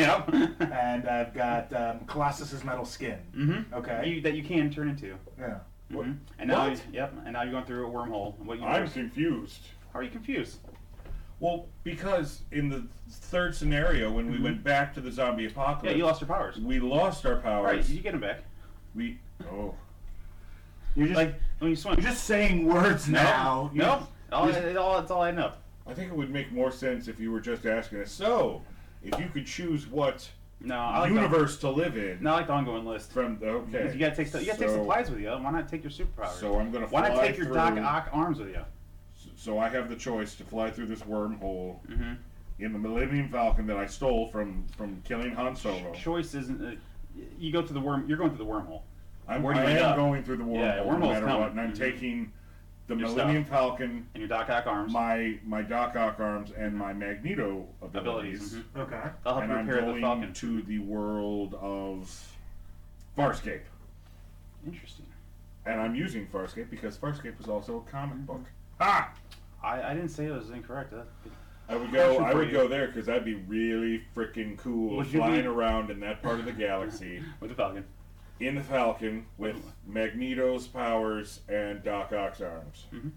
Speaker 2: Yep.
Speaker 1: And I've got um, Colossus's metal skin.
Speaker 2: Mhm.
Speaker 1: Okay.
Speaker 2: You, that you can turn into.
Speaker 1: Yeah.
Speaker 2: hmm And now,
Speaker 4: What?
Speaker 2: yep. And now you're going through a wormhole. What
Speaker 4: I'm
Speaker 2: universe?
Speaker 4: confused.
Speaker 2: How are you confused?
Speaker 4: Well, because in the third scenario, when
Speaker 1: Mm-hmm.
Speaker 4: we went back to the zombie
Speaker 2: Yeah,
Speaker 4: apocalypse,
Speaker 2: you lost your powers.
Speaker 4: we lost our powers.
Speaker 2: Right, you get them back.
Speaker 4: We oh,
Speaker 1: You're just
Speaker 2: Like when you swim.
Speaker 1: you're just saying words
Speaker 2: No,
Speaker 1: now. You-
Speaker 2: no. All, it all, it's all adding up.
Speaker 4: I think it would make more sense if you were just asking us. So, if you could choose what
Speaker 2: No, I like
Speaker 4: universe to live in
Speaker 2: The, no, I like the ongoing list.
Speaker 4: from the okay,
Speaker 2: Because you gotta take stu- you gotta take
Speaker 4: so-
Speaker 2: supplies with you. Why not take your superpowers?
Speaker 4: So I'm gonna.
Speaker 2: Why not
Speaker 4: fly
Speaker 2: take your
Speaker 4: through,
Speaker 2: Doc Ock arms with you?
Speaker 4: So I have the choice to fly through this wormhole
Speaker 2: Mm-hmm.
Speaker 4: in the Millennium Falcon that I stole from from killing Han Solo.
Speaker 2: Choice isn't. Uh, y- you go to the worm. You're going to the wormhole.
Speaker 4: I'm,
Speaker 2: Where do you
Speaker 4: I
Speaker 2: end
Speaker 4: am
Speaker 2: up?
Speaker 4: going through the wormhole,
Speaker 2: Yeah,
Speaker 4: no
Speaker 2: wormhole's
Speaker 4: matter
Speaker 2: coming.
Speaker 4: what, and I'm
Speaker 2: Mhm.
Speaker 4: taking the
Speaker 2: Your stuff.
Speaker 4: Millennium Falcon,
Speaker 2: And your Doc Ock arms.
Speaker 4: my my Doc Ock arms, and my Magneto abilities,
Speaker 2: abilities. mhm.
Speaker 1: Okay.
Speaker 2: They'll help
Speaker 4: and
Speaker 2: you
Speaker 4: I'm
Speaker 2: repair the
Speaker 4: going
Speaker 2: Falcon.
Speaker 4: to the world of Farscape,
Speaker 2: Interesting.
Speaker 4: and I'm using Farscape because Farscape was also a comic
Speaker 2: Mm-hmm.
Speaker 4: book.
Speaker 1: Ah.
Speaker 2: I, I didn't say it was incorrect. That,
Speaker 4: I would go.
Speaker 2: Question
Speaker 4: I
Speaker 2: for
Speaker 4: would
Speaker 2: you.
Speaker 4: go there because that'd be really freaking cool,
Speaker 2: Would you
Speaker 4: flying
Speaker 2: be-
Speaker 4: around in that part of the galaxy
Speaker 2: with the Falcon.
Speaker 4: in the Falcon with Magneto's powers and Doc Ock's arms.
Speaker 2: Mhm.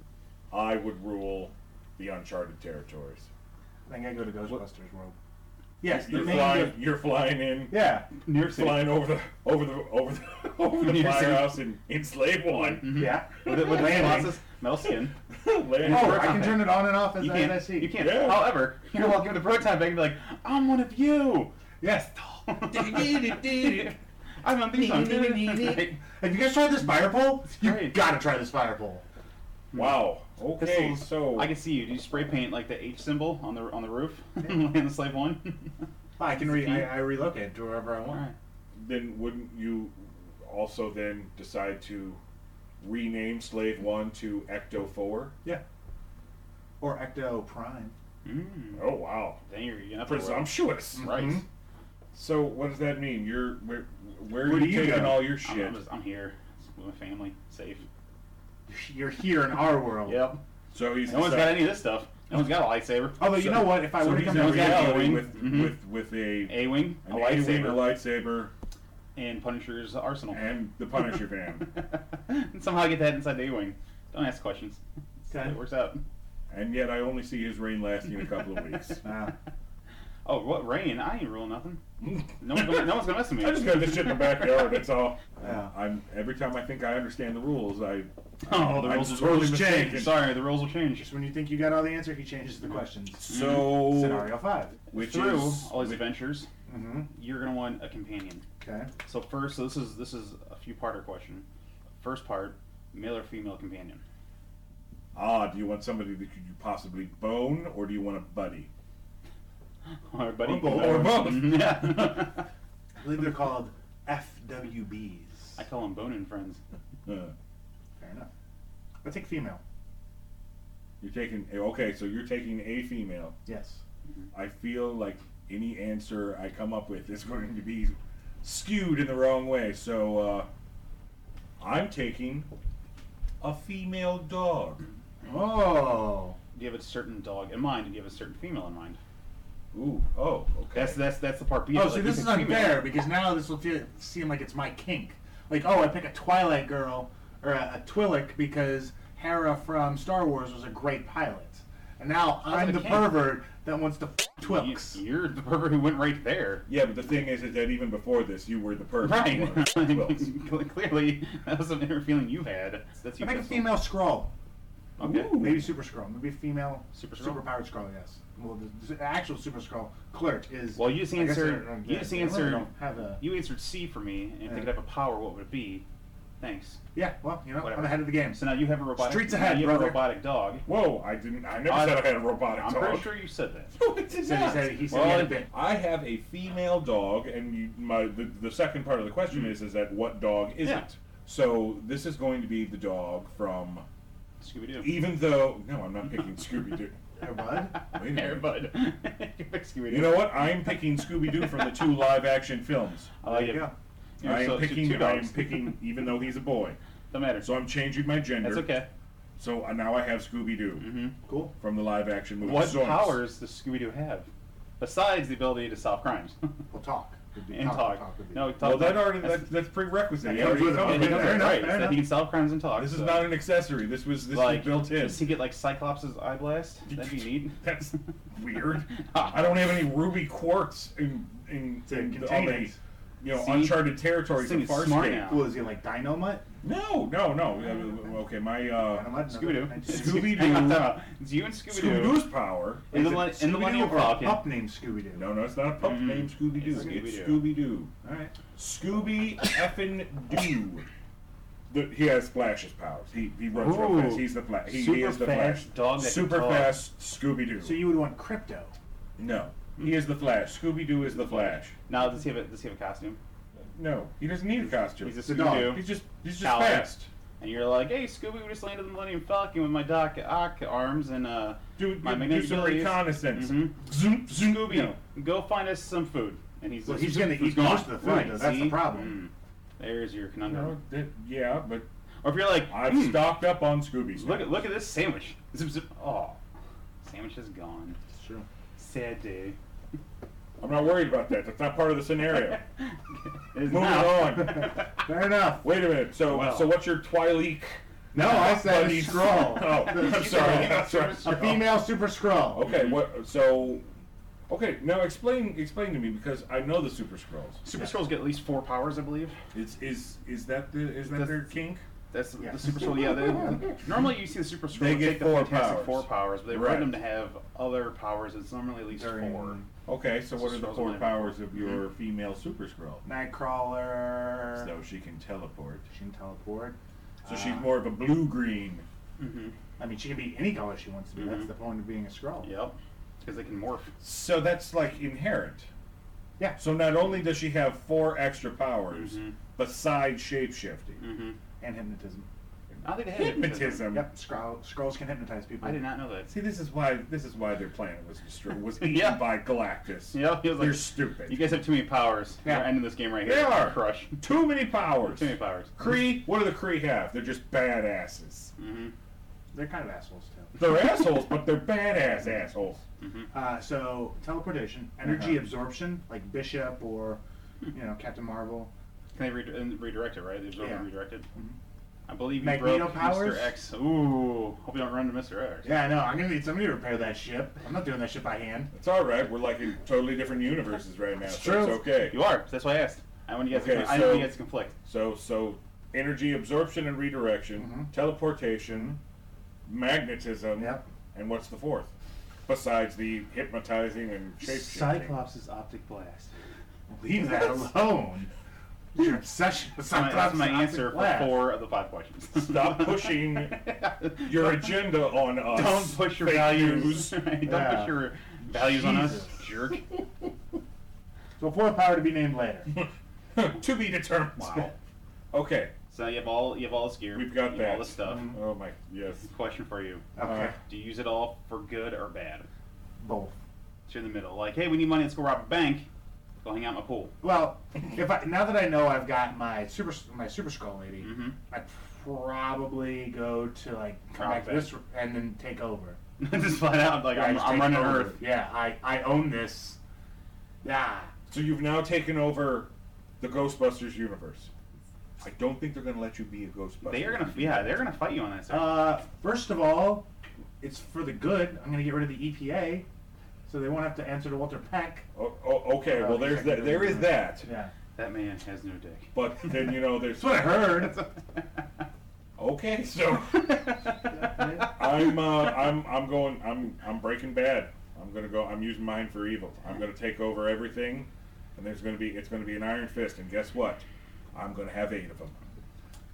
Speaker 4: I would rule the uncharted territories.
Speaker 1: I think I go to Ghostbusters world. Yes, the
Speaker 4: You're
Speaker 1: main.
Speaker 4: flying. You're flying in.
Speaker 1: Yeah.
Speaker 2: New York City.
Speaker 4: Flying over the over the over the over the
Speaker 2: You're saying-
Speaker 4: firehouse in, in Slave One.
Speaker 2: Mhm.
Speaker 1: Yeah.
Speaker 2: With, it- with the
Speaker 1: Landing.
Speaker 2: Colossus, metal skin.
Speaker 4: Land-
Speaker 1: Oh, I can turn it on and off as,
Speaker 2: You
Speaker 1: I-
Speaker 2: can't.
Speaker 1: as I see.
Speaker 2: You can't.
Speaker 4: Yeah.
Speaker 2: However, you're walking with the proton bag and be like, "I'm one of you."
Speaker 1: Yes.
Speaker 2: I'm on these arms. Right.
Speaker 1: Have you guys tried this fire pole? You
Speaker 2: great.
Speaker 1: gotta try this fire pole.
Speaker 4: Wow. Okay,
Speaker 2: Pistols.
Speaker 4: so
Speaker 2: I can see you. Do you spray paint like the H symbol on the on the roof in the slave one?
Speaker 1: I can re-
Speaker 2: Keep-
Speaker 1: I, I relocate to wherever I
Speaker 2: All
Speaker 1: want.
Speaker 2: right.
Speaker 4: then wouldn't you also then decide to rename Slave One to Ecto Four?
Speaker 1: Yeah. Or Ecto Prime.
Speaker 2: Mm.
Speaker 4: Oh wow,
Speaker 2: Then you're gonna have to work.
Speaker 4: presumptuous.
Speaker 2: Right.
Speaker 1: Mhm.
Speaker 4: So what does that mean? You're where? Where are
Speaker 1: Where
Speaker 4: you,
Speaker 1: do you
Speaker 4: taking
Speaker 1: go?
Speaker 4: all your
Speaker 2: I'm,
Speaker 4: shit?
Speaker 2: I'm, just- I'm here with my family, safe.
Speaker 1: You're here in our world.
Speaker 2: Yep.
Speaker 4: so he's
Speaker 2: No one's got any of this stuff. No one's got a lightsaber.
Speaker 1: Although you
Speaker 4: So-
Speaker 1: know what, if I
Speaker 4: So
Speaker 1: were to
Speaker 4: he's
Speaker 1: come
Speaker 4: in
Speaker 1: down
Speaker 2: Someone's got a
Speaker 4: reality
Speaker 2: wing.
Speaker 4: with
Speaker 2: Mhm.
Speaker 4: with with a
Speaker 2: A wing, a
Speaker 4: an A-wing,
Speaker 2: lightsaber,
Speaker 4: lightsaber,
Speaker 2: and Punisher's arsenal.
Speaker 4: and the Punisher van.
Speaker 2: and somehow I get that inside the A wing. Don't ask questions.
Speaker 1: Okay.
Speaker 2: It works out.
Speaker 4: And yet I only see his reign lasting a couple of weeks.
Speaker 1: Ah.
Speaker 2: Oh, what rain? I ain't ruling nothing. No one's gonna, no one's gonna mess with me.
Speaker 4: I just got this shit in the backyard. That's all.
Speaker 1: Yeah.
Speaker 4: I'm every time I think I understand the rules, I
Speaker 2: Oh, the
Speaker 4: I'm
Speaker 2: rules will
Speaker 4: totally
Speaker 2: change.
Speaker 4: mistaken.
Speaker 2: Sorry, the rules will change.
Speaker 1: Just when you think you got all the answer, he changes the questions.
Speaker 4: so
Speaker 1: Scenario 5
Speaker 4: which
Speaker 2: Through
Speaker 4: is
Speaker 2: all these
Speaker 4: which-
Speaker 2: adventures,
Speaker 1: Mm-hmm.
Speaker 2: you're gonna want a companion.
Speaker 1: Okay.
Speaker 2: So first, so this is this is a few parter question. First part, male or female companion?
Speaker 4: ah, do you want somebody that could you possibly bone, or do you want a buddy?
Speaker 2: Or buddy?
Speaker 4: Or both.
Speaker 2: whatever.
Speaker 4: Or both.
Speaker 2: yeah.
Speaker 1: I believe they're called FWBs.
Speaker 2: I call them boning friends.
Speaker 4: Uh,
Speaker 1: Fair enough. I take female.
Speaker 4: You're taking eh, okay, so you're taking a female.
Speaker 1: Yes.
Speaker 4: I feel like any answer I come up with is going to be skewed in the wrong way. So uh, I'm taking a female dog.
Speaker 1: Oh.
Speaker 2: Do you have a certain dog in mind? And do you have a certain female in mind?
Speaker 4: Ooh, oh, okay.
Speaker 2: That's that's that's the part B.
Speaker 1: Oh,
Speaker 2: Like,
Speaker 1: so
Speaker 2: you
Speaker 1: this
Speaker 2: pick
Speaker 1: is
Speaker 2: female.
Speaker 1: unfair because now this will feel, seem like it's my kink. Like, oh, I pick a Twilight girl or a, a Twi'lek because Hera from Star Wars was a great pilot, and now
Speaker 2: it
Speaker 1: I'm
Speaker 2: a
Speaker 1: the
Speaker 2: kink?
Speaker 1: pervert that wants to f- Twilks.
Speaker 2: You're the pervert who went right there.
Speaker 4: Yeah, but the thing is, is that even before this, you were the pervert.
Speaker 2: Right.
Speaker 4: You were Twilks.
Speaker 2: Clearly, that was an inner feeling you had. That's you.
Speaker 1: I think a
Speaker 2: Crystal.
Speaker 1: female scroll.
Speaker 2: Okay.
Speaker 4: Ooh.
Speaker 1: Maybe Super Scroll. Maybe female
Speaker 2: Super Skrull?
Speaker 1: Superpowered Scroll, yes. Well, the, the actual Super Scroll clerk is.
Speaker 2: Well, you just
Speaker 1: I guess I
Speaker 2: answered-
Speaker 1: don't-
Speaker 2: you just
Speaker 1: I really
Speaker 2: answered-
Speaker 1: don't have a.
Speaker 2: You answered C for me, and if they
Speaker 1: Yeah.
Speaker 2: could have a power, what would it be? Thanks.
Speaker 1: yeah, well, you know,
Speaker 2: Whatever.
Speaker 1: I'm ahead of the game.
Speaker 2: So now you have a robotic.
Speaker 1: Streets
Speaker 2: now
Speaker 1: ahead,
Speaker 2: you have a
Speaker 1: brother.
Speaker 2: robotic dog.
Speaker 4: Whoa! I didn't. I never
Speaker 2: I-
Speaker 4: said I had a robotic
Speaker 2: Uh, I'm
Speaker 4: dog.
Speaker 2: pretty sure you said that.
Speaker 4: No, I did
Speaker 1: So he
Speaker 4: not.
Speaker 1: said- he said
Speaker 4: Well,
Speaker 1: he had a bit.
Speaker 4: I have a female dog, and you, my the, the second part of the question is is that what dog is
Speaker 2: Hmm. Yeah.
Speaker 4: it? So this is going to be the dog from.
Speaker 2: Scooby Doo.
Speaker 4: Even though no, I'm not picking Scooby Doo.
Speaker 1: Hey, bud.
Speaker 4: Wait a minute.
Speaker 2: Bud. Scooby Doo.
Speaker 4: You know what? I'm picking Scooby Doo from the two live action films.
Speaker 2: I like
Speaker 1: There
Speaker 2: it.
Speaker 1: you go.
Speaker 2: You're
Speaker 4: I am
Speaker 2: so- so two
Speaker 4: picking. I am
Speaker 2: dogs.
Speaker 4: picking. Even though he's a boy,
Speaker 2: Don't matter.
Speaker 4: so I'm changing my gender.
Speaker 2: That's okay. Mm-hmm.
Speaker 4: So uh, now I have Scooby Doo
Speaker 1: Cool.
Speaker 4: from the live action movie.
Speaker 2: What
Speaker 4: Zoinks.
Speaker 2: powers does Scooby Doo have? Besides the ability to solve crimes
Speaker 1: We'll talk. We'll do-
Speaker 2: and talk.
Speaker 1: would be-
Speaker 2: No, talk.
Speaker 4: Well, that
Speaker 2: talk.
Speaker 4: already
Speaker 2: That's-
Speaker 4: that, that's prerequisite. He
Speaker 1: Yeah,
Speaker 4: already
Speaker 1: do it.
Speaker 4: covered
Speaker 1: Fair
Speaker 2: Yeah, he
Speaker 4: that.
Speaker 1: enough,
Speaker 2: does, right.
Speaker 1: fair
Speaker 2: so
Speaker 1: enough.
Speaker 2: he can solve crimes and talk.
Speaker 4: This is
Speaker 2: so-
Speaker 4: not an accessory. This was this
Speaker 2: like,
Speaker 4: was built in.
Speaker 2: Does he get like Cyclops' eye blast? That'd be neat.
Speaker 4: That's weird. I don't have any ruby quartz in in,
Speaker 1: To
Speaker 4: in
Speaker 1: contain
Speaker 4: all the,
Speaker 1: it.
Speaker 4: you know
Speaker 2: See?
Speaker 4: uncharted territory
Speaker 2: This thing
Speaker 4: from
Speaker 2: is smart
Speaker 4: Farscape.
Speaker 2: now. Mm-hmm.
Speaker 1: Cool. Is he like Dynamite?
Speaker 4: No, no, no. Uh, Okay, my uh,
Speaker 1: Dynamite?
Speaker 2: Scooby Doo.
Speaker 4: Scooby-Doo.
Speaker 2: It's you and Scooby Doo.
Speaker 4: Scooby Doo's power.
Speaker 2: And the, one- and the
Speaker 1: Scooby
Speaker 2: Millennium
Speaker 1: Doo or a
Speaker 2: Falcon.
Speaker 1: pup named Scooby Doo?
Speaker 4: No, no, it's not a
Speaker 1: Mm-hmm.
Speaker 4: pup named Scooby Doo.
Speaker 2: It's
Speaker 4: It's
Speaker 2: Scooby-Doo.
Speaker 4: Scooby Doo.
Speaker 1: All right.
Speaker 4: Scooby effin Doo. The, he has Flash's powers. He he runs real fast.
Speaker 2: Ooh.
Speaker 4: He's the Flash. He, he
Speaker 2: Super
Speaker 4: is the
Speaker 2: fast
Speaker 4: Flash.
Speaker 2: dog that can
Speaker 4: Super
Speaker 2: talk.
Speaker 4: fast Scooby Doo.
Speaker 1: So you would want crypto.
Speaker 4: No, he is the Flash. Scooby Doo is the Flash.
Speaker 2: Now does he have a does he have a costume?
Speaker 4: No, he doesn't need a costume.
Speaker 2: He's a
Speaker 1: The dog.
Speaker 2: Scooby
Speaker 4: He's
Speaker 2: Doo.
Speaker 4: just he's just
Speaker 2: Alex.
Speaker 4: fast.
Speaker 2: And you're like, hey Scooby, we just landed the Millennium Falcon with my doc Ock arms and uh
Speaker 4: Do,
Speaker 2: my
Speaker 4: do, do some
Speaker 2: abilities.
Speaker 4: reconnaissance.
Speaker 2: Mhm.
Speaker 4: Zoom, zoom.
Speaker 2: Scooby,
Speaker 4: No.
Speaker 2: go find us some food. And he's
Speaker 1: Well,
Speaker 2: like,
Speaker 1: he's gonna
Speaker 2: "Food's
Speaker 1: eat
Speaker 2: gone."
Speaker 1: most of the food,
Speaker 2: Right,
Speaker 1: though. That's the
Speaker 2: see?
Speaker 1: problem.
Speaker 2: Mm. There's your conundrum.
Speaker 4: No, that, yeah, but
Speaker 2: Or if you're like,
Speaker 4: I've
Speaker 2: "Mm,
Speaker 4: stocked up on Scoobies.
Speaker 2: look
Speaker 4: now.
Speaker 2: at look at this sandwich. Zip zip. Oh, sandwich is gone.
Speaker 1: Sure.
Speaker 2: Sad day.
Speaker 4: I'm not worried about that. That's not part of the scenario.
Speaker 2: It is
Speaker 4: Moving
Speaker 2: now.
Speaker 4: on.
Speaker 1: Fair enough.
Speaker 4: Wait a minute. So,
Speaker 2: Well.
Speaker 4: so what's your Twileek?
Speaker 1: No, I said
Speaker 4: buddy?
Speaker 1: a scroll.
Speaker 4: Oh, I'm sorry. I'm sorry.
Speaker 1: A female super scroll.
Speaker 4: Okay, what? So, okay. Now explain explain to me because I know the Super Scrolls.
Speaker 2: Super Scrolls get at least four powers, I believe.
Speaker 4: Is is is that the is that
Speaker 2: That's-
Speaker 4: their kink?
Speaker 2: That's the-
Speaker 1: Yeah.
Speaker 2: the Super Scroll. Yeah, they, normally you see the Super Scroll
Speaker 4: They
Speaker 2: take
Speaker 4: get
Speaker 2: the
Speaker 4: four
Speaker 2: Fantastic
Speaker 4: powers.
Speaker 2: Four powers, but they
Speaker 4: Right.
Speaker 2: want them to have other powers. It's normally at least
Speaker 1: During
Speaker 2: four.
Speaker 4: Okay, so what are the
Speaker 2: Scrolls
Speaker 4: four
Speaker 2: only.
Speaker 4: powers of
Speaker 2: Mm-hmm.
Speaker 4: your female Super Scroll?
Speaker 1: Nightcrawler.
Speaker 4: So she can teleport.
Speaker 1: She can teleport. Uh,
Speaker 4: So she's
Speaker 2: Ah.
Speaker 4: more of a blue green.
Speaker 2: Mm-hmm.
Speaker 1: I mean, she can be any color she wants to be. That's the point of being a scroll.
Speaker 2: Yep. Because they can morph.
Speaker 4: So that's like inherent.
Speaker 1: Yeah.
Speaker 4: So not only does she have four extra powers besides shapeshifting,
Speaker 2: Mm-hmm.
Speaker 1: And hypnotism.
Speaker 2: I think they have
Speaker 4: hypnotism.
Speaker 1: Yep. Scroll, scrolls can hypnotize people.
Speaker 2: I did not know that.
Speaker 4: See, this is why this is why their planet was destroyed was eaten
Speaker 2: Yeah.
Speaker 4: by Galactus.
Speaker 2: Yeah, he was
Speaker 4: They're
Speaker 2: like,
Speaker 4: stupid.
Speaker 2: you guys have too many powers.
Speaker 1: Yeah.
Speaker 2: We're ending this game right here.
Speaker 4: They are.
Speaker 2: Crush.
Speaker 4: Too many powers.
Speaker 2: Too many powers.
Speaker 4: Kree, what do the Kree have? They're just badasses.
Speaker 2: Mm-hmm.
Speaker 1: They're kind of assholes too.
Speaker 4: They're assholes, but they're badass assholes.
Speaker 2: Mm-hmm.
Speaker 1: Uh, so teleportation, energy absorption, like Bishop or you know Captain Marvel.
Speaker 2: Can they re- and redirect it, right? They absorb
Speaker 1: Yeah.
Speaker 2: and redirect it. I believe you
Speaker 1: Magneto
Speaker 2: broke
Speaker 1: powers?
Speaker 2: Mr. X. Ooh, hope you don't run into Mr. X.
Speaker 1: Yeah, I know. I'm gonna need somebody to repair that ship. I'm not doing that shit by hand.
Speaker 4: It's all right. We're like in totally different universes right now, so
Speaker 1: true.
Speaker 4: it's okay.
Speaker 2: You are. That's why I asked. I want you guys.
Speaker 4: Okay,
Speaker 2: to, I know
Speaker 4: so-
Speaker 2: you guys conflict.
Speaker 4: So so energy absorption and redirection, teleportation, magnetism,
Speaker 1: Yep.
Speaker 4: and what's the fourth? Besides the hypnotizing and shape shifting.
Speaker 2: optic blast.
Speaker 1: Leave that alone. Your obsession with
Speaker 2: That's my, that's
Speaker 1: Cyclops
Speaker 2: my
Speaker 1: and Optic
Speaker 2: answer for
Speaker 1: Blast.
Speaker 2: four of the five questions.
Speaker 4: Stop pushing your agenda on us.
Speaker 2: Don't push your
Speaker 4: fake
Speaker 2: values.
Speaker 4: news.
Speaker 2: Right, Don't
Speaker 1: Yeah.
Speaker 2: push your values on us,
Speaker 1: Jesus.
Speaker 2: jerk.
Speaker 1: So fourth power to be named later.
Speaker 4: to be determined.
Speaker 2: Wow.
Speaker 4: Okay.
Speaker 2: So you have all you have all this gear.
Speaker 4: We've got
Speaker 2: you have
Speaker 4: that.
Speaker 2: all this stuff.
Speaker 4: Oh my. Yes.
Speaker 2: Question for you:
Speaker 1: Okay.
Speaker 4: Uh,
Speaker 2: Do you use it all for good or bad?
Speaker 1: Both.
Speaker 2: So you're in the middle. Like, hey, we need money. Let's go rob a bank. Go hang out in my pool.
Speaker 1: Well, if I now that I know I've got my super my super skull lady,
Speaker 2: Mhm.
Speaker 1: I'd probably go to like come back to
Speaker 2: Profit.
Speaker 1: this and then take over.
Speaker 2: just flat out like
Speaker 1: Yeah,
Speaker 2: I'm,
Speaker 1: just
Speaker 2: I'm
Speaker 1: take
Speaker 2: running
Speaker 1: over.
Speaker 2: Earth.
Speaker 1: Yeah, I I own this. Yeah.
Speaker 4: So you've now taken over the Ghostbusters universe. I don't think they're going to let you be a Ghostbuster.
Speaker 2: They are gonna yeah, they're gonna fight you on that. Sir.
Speaker 1: Uh, first of all, it's for the good. I'm gonna get rid of the EPA. E so they won't have to answer to Walter Peck.
Speaker 3: O- o- okay,
Speaker 1: Oh,
Speaker 3: well,
Speaker 1: he's
Speaker 3: there's
Speaker 1: like,
Speaker 3: that. There is that.
Speaker 1: Yeah.
Speaker 2: That man has no dick.
Speaker 3: But then you know, there's
Speaker 1: That's what I heard.
Speaker 3: okay. So I'm, uh, I'm, I'm going. I'm, I'm Breaking Bad. I'm gonna go. I'm using mine for evil. I'm gonna take over everything, and there's gonna be. It's gonna be an iron fist. And guess what? I'm gonna have eight of them.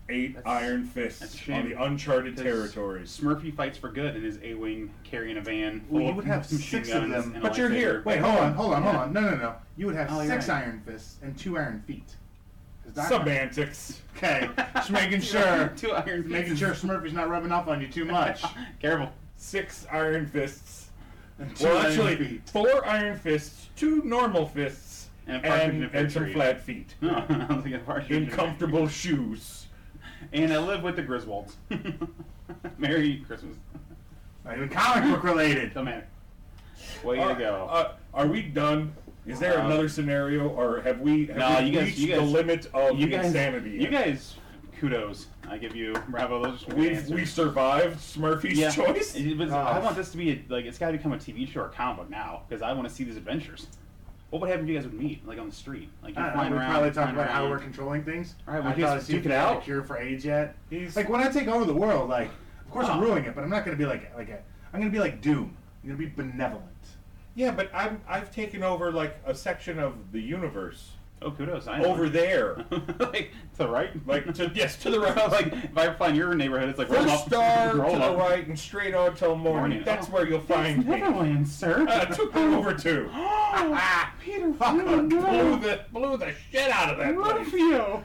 Speaker 3: Eight
Speaker 2: That's-
Speaker 3: iron
Speaker 2: that's a
Speaker 3: fists
Speaker 2: shame,
Speaker 3: on the uncharted
Speaker 2: because
Speaker 3: territories.
Speaker 2: Smurfy fights for good in his A-wing, carrying a van.
Speaker 1: Well,
Speaker 2: full
Speaker 1: you
Speaker 2: of
Speaker 1: would have
Speaker 2: machine
Speaker 1: six of
Speaker 2: guns
Speaker 1: them.
Speaker 2: and a
Speaker 3: But you're here.
Speaker 2: lightsaber.
Speaker 1: Wait, hold on, hold on, hold on. No, no, no. You would have
Speaker 2: Oh,
Speaker 1: six
Speaker 2: you're right.
Speaker 1: iron fists and two iron feet. 'Cause that-
Speaker 3: Semantics.
Speaker 1: Okay, just making sure.
Speaker 2: Two iron
Speaker 1: Just making
Speaker 2: fists.
Speaker 1: sure Smurfy's not rubbing up on you too much.
Speaker 2: Careful.
Speaker 3: Six iron fists.
Speaker 1: And two
Speaker 3: Well,
Speaker 1: iron
Speaker 3: actually,
Speaker 1: feet.
Speaker 3: four iron fists, two normal fists,
Speaker 2: And a
Speaker 3: and,
Speaker 2: partridge in a
Speaker 3: and,
Speaker 2: pear
Speaker 3: some
Speaker 2: tree.
Speaker 3: flat feet
Speaker 2: No, I don't think I've already-
Speaker 3: in comfortable shoes.
Speaker 2: And I live with the Griswolds. Merry Christmas.
Speaker 1: Not even comic book related.
Speaker 2: Don't matter. Way
Speaker 3: Uh,
Speaker 2: to go.
Speaker 3: uh, are we done? Is there
Speaker 2: Uh,
Speaker 3: another scenario, or have we, have
Speaker 2: No,
Speaker 3: we
Speaker 2: you guys-
Speaker 3: reached
Speaker 2: you guys-
Speaker 3: the limit of
Speaker 2: you guys,
Speaker 3: insanity?
Speaker 2: You guys, kudos. I give you bravo. Those are
Speaker 3: We've, we survived Smurfy's
Speaker 2: yeah.
Speaker 3: choice.
Speaker 2: It- but
Speaker 1: Oh.
Speaker 3: Ah.
Speaker 2: I want this to be a, like it's got to become a TV show or comic book now because I want to see these adventures. What would happen if you guys would meet like on the street? Like
Speaker 1: I
Speaker 2: you're
Speaker 1: don't know,
Speaker 2: flying
Speaker 1: we
Speaker 2: around.
Speaker 1: probably talked
Speaker 2: flying
Speaker 1: about how
Speaker 2: around.
Speaker 1: we're controlling things.
Speaker 2: All right, well,
Speaker 1: I
Speaker 2: you
Speaker 1: thought
Speaker 2: guys
Speaker 1: to see if
Speaker 2: duke
Speaker 1: we
Speaker 2: it
Speaker 1: had a
Speaker 2: out.
Speaker 1: cure for AIDS yet.
Speaker 3: He's-
Speaker 1: Like when I take over the world, like of course
Speaker 4: Ah.
Speaker 1: I'm
Speaker 2: Oh.
Speaker 1: ruining it, but I'm not gonna be like like a. I'm gonna be like Doom. I'm gonna be benevolent.
Speaker 3: yeah, but I'm, I've taken over like a section of the universe
Speaker 2: Oh, kudos! I know.
Speaker 3: over there.
Speaker 2: like to the right.
Speaker 3: Like to yes, to the right.
Speaker 2: like if I find your neighborhood, it's like roll
Speaker 3: First
Speaker 2: up,
Speaker 3: star to
Speaker 2: roll
Speaker 3: the
Speaker 2: up.
Speaker 3: right and straight on till morning.
Speaker 2: Morning.
Speaker 3: That's
Speaker 2: Oh,
Speaker 3: where you'll find
Speaker 2: It's
Speaker 3: me.
Speaker 2: Neverland, sir.
Speaker 3: Uh, took that over too.
Speaker 2: oh, Peter,
Speaker 3: blew
Speaker 2: Fleming,
Speaker 3: the blew the shit out of that place.
Speaker 2: Rufio.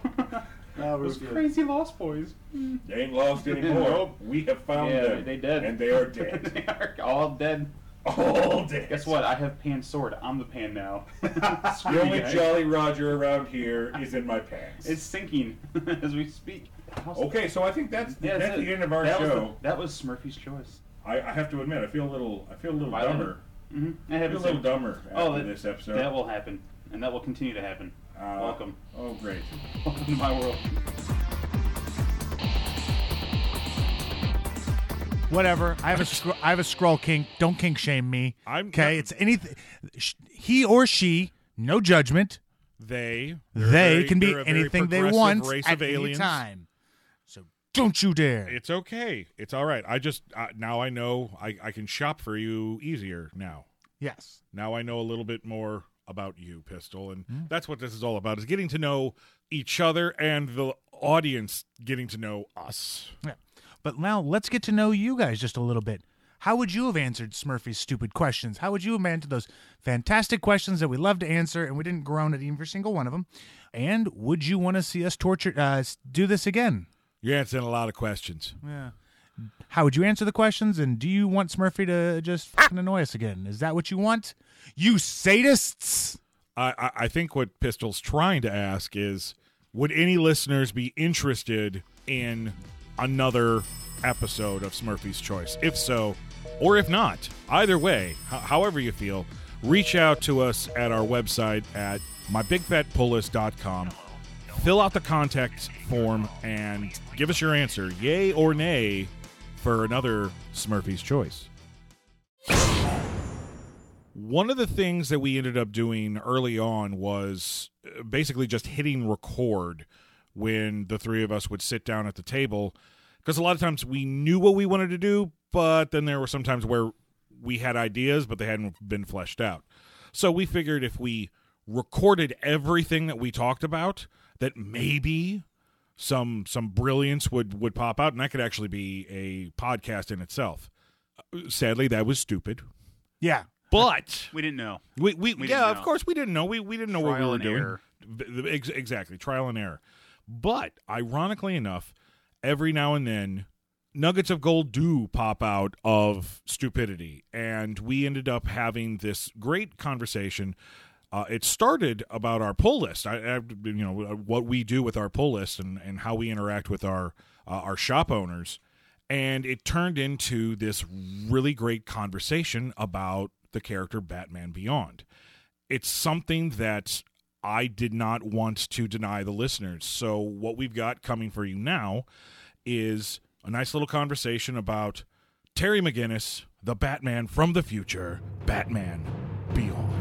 Speaker 1: Oh,
Speaker 2: Those
Speaker 1: Rufio.
Speaker 2: crazy Lost Boys.
Speaker 3: They ain't lost anymore.
Speaker 2: Nope.
Speaker 3: We have found
Speaker 2: yeah,
Speaker 3: them.
Speaker 2: they dead.
Speaker 3: And they are dead.
Speaker 2: they are all dead.
Speaker 3: All dead.
Speaker 2: Guess what? I have Pan's sword. I'm the Pan now.
Speaker 3: The
Speaker 2: Screw you
Speaker 3: only
Speaker 2: guys.
Speaker 3: Jolly Roger around here is in my pants.
Speaker 2: It's sinking as we speak. How's-
Speaker 3: okay, so I think that's,
Speaker 2: Yeah,
Speaker 3: that's
Speaker 2: it.
Speaker 3: the end of our
Speaker 2: that Was
Speaker 3: show.
Speaker 2: the- that was Smurfy's choice.
Speaker 3: I, I have to admit, I feel a little, I feel a little
Speaker 2: Violated?
Speaker 3: dumber. I
Speaker 2: hmm I
Speaker 3: feel
Speaker 2: haven't
Speaker 3: a little
Speaker 2: seen
Speaker 3: dumber after
Speaker 2: Oh, that-
Speaker 3: this episode.
Speaker 2: that will happen, and that will continue to happen.
Speaker 3: Uh,
Speaker 2: Welcome,
Speaker 3: Oh, great.
Speaker 2: welcome to my world.
Speaker 5: Whatever. I have a scr- I have a scroll kink. Don't kink shame me.
Speaker 4: I'm-
Speaker 5: okay. It's anything. sh- He or she. No judgment.
Speaker 4: They
Speaker 5: They can be anything they want
Speaker 4: Race
Speaker 5: at
Speaker 4: of aliens.
Speaker 5: any time. So don't you dare.
Speaker 4: It's okay. It's all right. I just uh, now I know I, I can shop for you easier now.
Speaker 5: yes.
Speaker 4: Now I know a little bit more about you, Pistol, and that's what this is all about: is getting to know each other and the audience getting to know us.
Speaker 5: Yeah. But now let's get to know you guys just a little bit. How would you have answered Smurfy's stupid questions? How would you have answered those fantastic questions that we love to answer and we didn't groan at every single one of them? And would you want to see us torture uh, s- do this again?
Speaker 4: You're answering a lot of questions.
Speaker 5: Yeah. How would you answer the questions? And do you want Smurfy to just fucking annoy us again? Is that what you want? You sadists!
Speaker 4: I, I, I think what Pistol's trying to ask is would any listeners be interested in another episode of Smurfy's Choice? If so, or if not, either way, ho- however you feel, reach out to us at our website at mybigfatpulllist.com. Fill out the contact form and give us your answer, yay or nay, for another Smurfy's Choice. One of the things that we ended up doing early on was uh, basically just hitting record when the three of us would sit down at the table because a lot of times we knew what we wanted to do, but then there were some times where we had ideas but they hadn't been fleshed out. So we figured if we recorded everything that we talked about that maybe some some brilliance would would pop out and that could actually be a podcast in itself. Uh, Sadly, that was stupid.
Speaker 5: Yeah.
Speaker 4: But
Speaker 2: We didn't know.
Speaker 4: we, we,
Speaker 2: We
Speaker 4: yeah,
Speaker 2: didn't
Speaker 4: of
Speaker 2: know.
Speaker 4: course we didn't know. We we didn't know what we
Speaker 2: Trial
Speaker 4: were
Speaker 2: and
Speaker 4: doing.
Speaker 2: error.
Speaker 4: V- the- ex- exactly, trial and error. But ironically enough, every now and then nuggets of gold do pop out of stupidity, and we ended up having this great conversation. Uh, it started about our pull list. I, I, you know, uh, what we do with our pull list and, and how we interact with our uh, our shop owners and it turned into this really great conversation about the character Batman Beyond. It's something that I did not want to deny the listeners. So, what we've got coming for you now is a nice little conversation about Terry McGinnis, the Batman from the future, Batman
Speaker 6: Beyond.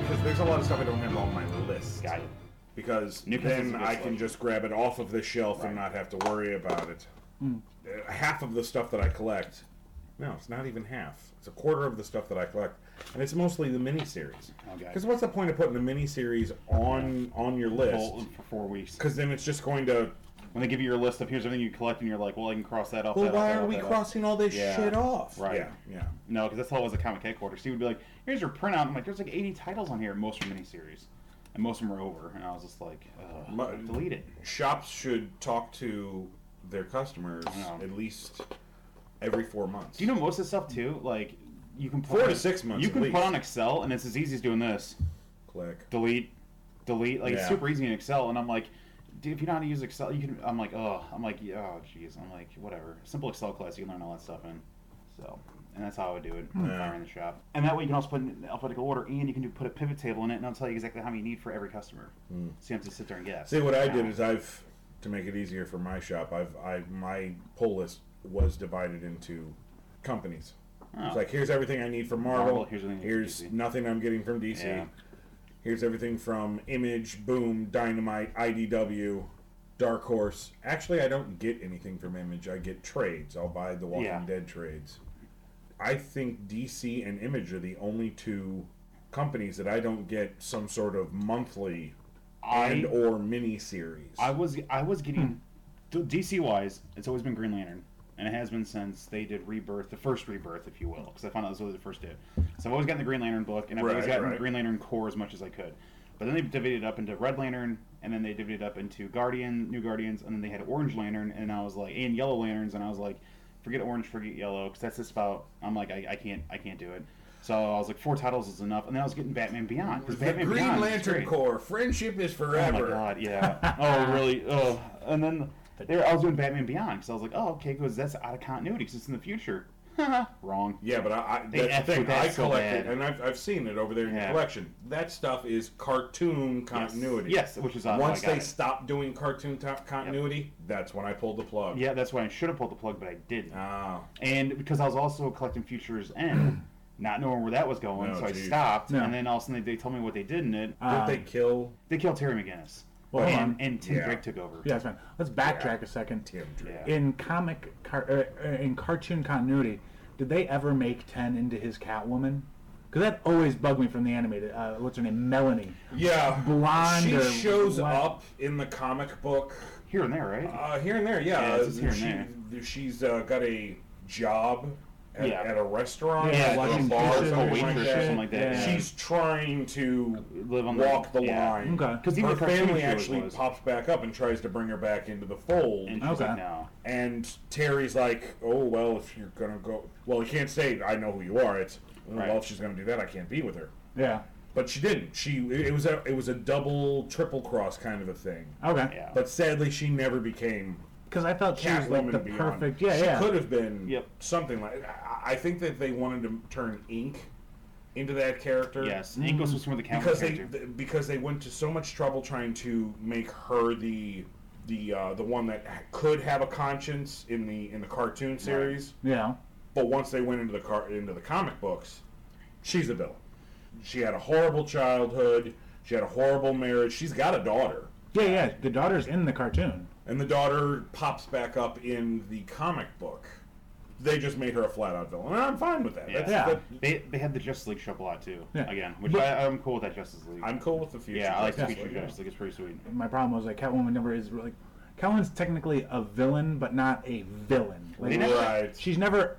Speaker 4: Because there's a lot of stuff I don't have on my list.
Speaker 2: Got it.
Speaker 4: Because
Speaker 2: New Christmas
Speaker 4: then
Speaker 2: is a good
Speaker 4: I can
Speaker 2: selection.
Speaker 4: just grab it off of the shelf and not have to worry about it.
Speaker 2: Hmm.
Speaker 4: Uh, Half of the stuff that I collect, no, it's not even half. It's a quarter of the stuff that I collect, and it's mostly the miniseries.
Speaker 2: Okay.
Speaker 4: Because what's the point of putting a miniseries on on your list?
Speaker 2: Full for four weeks.
Speaker 4: Because then it's just going to.
Speaker 2: When they give you your list of here's everything you collect, and you're like, well, I can cross that off.
Speaker 4: Well,
Speaker 2: that
Speaker 4: why
Speaker 2: off, that
Speaker 4: are
Speaker 2: off,
Speaker 4: we
Speaker 2: that off."
Speaker 4: crossing all this
Speaker 2: Yeah.
Speaker 4: shit off?
Speaker 2: Right.
Speaker 4: Yeah. Yeah.
Speaker 2: No, because that's how it was at Comic Cake Quarter. Steve would be like, here's your printout. I'm like, there's like 80 titles on here, most are miniseries. And most of them are over. And I was just like, Ugh,
Speaker 4: Mu-
Speaker 2: delete it.
Speaker 4: shops should talk to their customers
Speaker 2: Yeah.
Speaker 4: at least every four months.
Speaker 2: Do you know most of the stuff too? Like, you can put
Speaker 4: Four
Speaker 2: on-
Speaker 4: to six months
Speaker 2: You
Speaker 4: at
Speaker 2: can
Speaker 4: least.
Speaker 2: put on Excel, and it's as easy as doing this:
Speaker 4: click.
Speaker 2: delete, delete. Like
Speaker 4: Yeah.
Speaker 2: it's super easy in Excel, and I'm like, dude, if you know how to use Excel, you can. I'm like, oh, I'm like, yeah, oh, jeez, I'm like, whatever. Simple Excel class, you can learn all that stuff in. So, and that's how I would do it.
Speaker 4: Yeah.
Speaker 2: Fire in the shop, and that way you can also put it in alphabetical order, and you can do put a pivot table in it, and I'll tell you exactly how many you need for every customer. So you have to sit there and guess.
Speaker 4: Hmm. See, what I did is I've to make it easier for my shop. I've I my pull list was divided into companies. It's
Speaker 2: Oh.
Speaker 4: like here's everything I need from Marvel.
Speaker 2: Marvel,
Speaker 4: here's
Speaker 2: here's everything I need from DC.
Speaker 4: nothing I'm getting from DC.
Speaker 2: Yeah.
Speaker 4: Here's everything from Image, Boom, Dynamite, IDW, Dark Horse. Actually, I don't get anything from Image. I get trades. I'll buy the Walking
Speaker 2: Yeah.
Speaker 4: Dead trades. I think DC and Image are the only two companies that I don't get some sort of monthly
Speaker 2: I-
Speaker 4: and or mini series.
Speaker 2: I was I was getting DC wise. It's always been Green Lantern, and it has been since they did Rebirth, the first Rebirth, if you will, because I found out this was the first did. So I've always gotten the Green Lantern book, and I've always
Speaker 4: Right,
Speaker 2: gotten
Speaker 4: right.
Speaker 2: Green Lantern core as much as I could. But then they divided it up into Red Lantern, and then they divided it up into Guardian, New Guardians, and then they had Orange Lantern, and I was like, and Yellow Lanterns, and I was like, forget Orange, forget Yellow, because that's just about. I'm like, I, I can't, I can't do it. So I was like, four titles is enough, and then I was getting Batman Beyond. 'cause
Speaker 4: the
Speaker 2: Batman
Speaker 4: Green
Speaker 2: Beyond is
Speaker 4: Lantern
Speaker 2: great.
Speaker 4: Corps, friendship is forever.
Speaker 2: Oh my god, yeah. oh really? Oh, and then there I was doing Batman Beyond because I was like, oh okay, because that's out of continuity because it's in the future. Wrong.
Speaker 4: Yeah, but I, I
Speaker 2: They
Speaker 4: that's
Speaker 2: effed
Speaker 4: the thing.
Speaker 2: with that
Speaker 4: I
Speaker 2: so
Speaker 4: collect
Speaker 2: bad.
Speaker 4: it, and I've, I've seen it over there in
Speaker 2: Yeah.
Speaker 4: the collection. That stuff is cartoon continuity.
Speaker 2: Yes, which is odd,
Speaker 4: Once
Speaker 2: I got
Speaker 4: they
Speaker 2: it.
Speaker 4: stop doing cartoon top continuity, that's when I pulled the plug.
Speaker 2: Yeah, that's why I should have pulled the plug, but I didn't.
Speaker 4: Ah,
Speaker 2: and because I was also collecting Futures End, not knowing where that was going,
Speaker 4: No,
Speaker 2: so I
Speaker 4: geez.
Speaker 2: stopped.
Speaker 1: No.
Speaker 2: And then all of a sudden they, they told me what they did in it.
Speaker 4: did they kill?
Speaker 2: They killed Terry McGinnis.
Speaker 1: Well, hold
Speaker 2: and,
Speaker 1: on.
Speaker 2: and Tim
Speaker 4: Yeah.
Speaker 2: Drake took over.
Speaker 1: Yeah, that's fine. Let's backtrack a second.
Speaker 2: Yeah.
Speaker 1: In comic, car, uh, uh, in cartoon continuity, did they ever make Ten into his Catwoman? Because that always bugged me from the animated. Uh, what's her name? Melanie.
Speaker 4: Yeah,
Speaker 1: Blonde
Speaker 4: She
Speaker 1: or
Speaker 4: shows
Speaker 1: what?
Speaker 4: up in the comic book
Speaker 2: Here and there, right?
Speaker 4: uh, here and there. Yeah,
Speaker 2: Yeah, it's just here and
Speaker 4: she, She's uh, got a job at,
Speaker 2: Yeah.
Speaker 4: at a restaurant,
Speaker 2: Yeah,
Speaker 4: or a
Speaker 2: washing
Speaker 4: bar,
Speaker 1: dishes
Speaker 4: or
Speaker 1: or
Speaker 4: something like
Speaker 2: waitress or
Speaker 4: that.
Speaker 2: something like that, yeah.
Speaker 4: She's trying to
Speaker 2: Live on the-
Speaker 4: walk the,
Speaker 2: yeah.
Speaker 4: line.
Speaker 1: Okay.
Speaker 2: Because even
Speaker 4: her
Speaker 2: the cartoon
Speaker 4: family
Speaker 2: show it
Speaker 4: actually
Speaker 2: was.
Speaker 4: pops back up and tries to bring her back into the fold.
Speaker 2: And
Speaker 4: And,
Speaker 2: she's okay.
Speaker 1: Okay.
Speaker 2: like, no.
Speaker 4: Terry's like, "Oh well, if you're gonna go, well, you can't say I know who you are." It's well,
Speaker 2: Right.
Speaker 4: if she's gonna do that, I can't be with her.
Speaker 1: Yeah.
Speaker 4: But she didn't. She it was a it was a double triple cross kind of a thing.
Speaker 1: Okay.
Speaker 2: Yeah.
Speaker 4: But sadly, she never became
Speaker 1: Because I felt she was
Speaker 4: Catwoman
Speaker 1: like the
Speaker 4: beyond.
Speaker 1: perfect. Yeah,
Speaker 4: she
Speaker 1: yeah.
Speaker 4: could have been
Speaker 2: Yep.
Speaker 4: something like. I, I think that they wanted to turn Ink into that character.
Speaker 2: yes. Ink was from the Catwoman
Speaker 4: Mm. because they
Speaker 2: character.
Speaker 4: th- because they went to so much trouble trying to make her the the uh, the one that ha- could have a conscience in the in the cartoon series.
Speaker 1: Yeah.
Speaker 4: But once they went into the car into the comic books, she's a villain. She had a horrible childhood. She had a horrible marriage. She's got a daughter.
Speaker 1: Yeah, yeah. The daughter's in the cartoon.
Speaker 4: And the daughter pops back up in the comic book. They just made her a flat out villain. And I'm fine with that. That's,
Speaker 1: Yeah.
Speaker 4: that
Speaker 2: They, they had the Justice League show a lot too.
Speaker 1: Yeah.
Speaker 2: Again, which
Speaker 1: But-
Speaker 2: I, I'm cool with that Justice League.
Speaker 4: I'm cool with the future.
Speaker 2: yeah, I like the
Speaker 4: Justice
Speaker 2: feature
Speaker 4: League.
Speaker 2: Justice League. It's pretty sweet.
Speaker 1: My problem was like Catwoman never is really. Catwoman's technically a villain, but not a villain. Like,
Speaker 2: They never-
Speaker 4: Right.
Speaker 1: She's never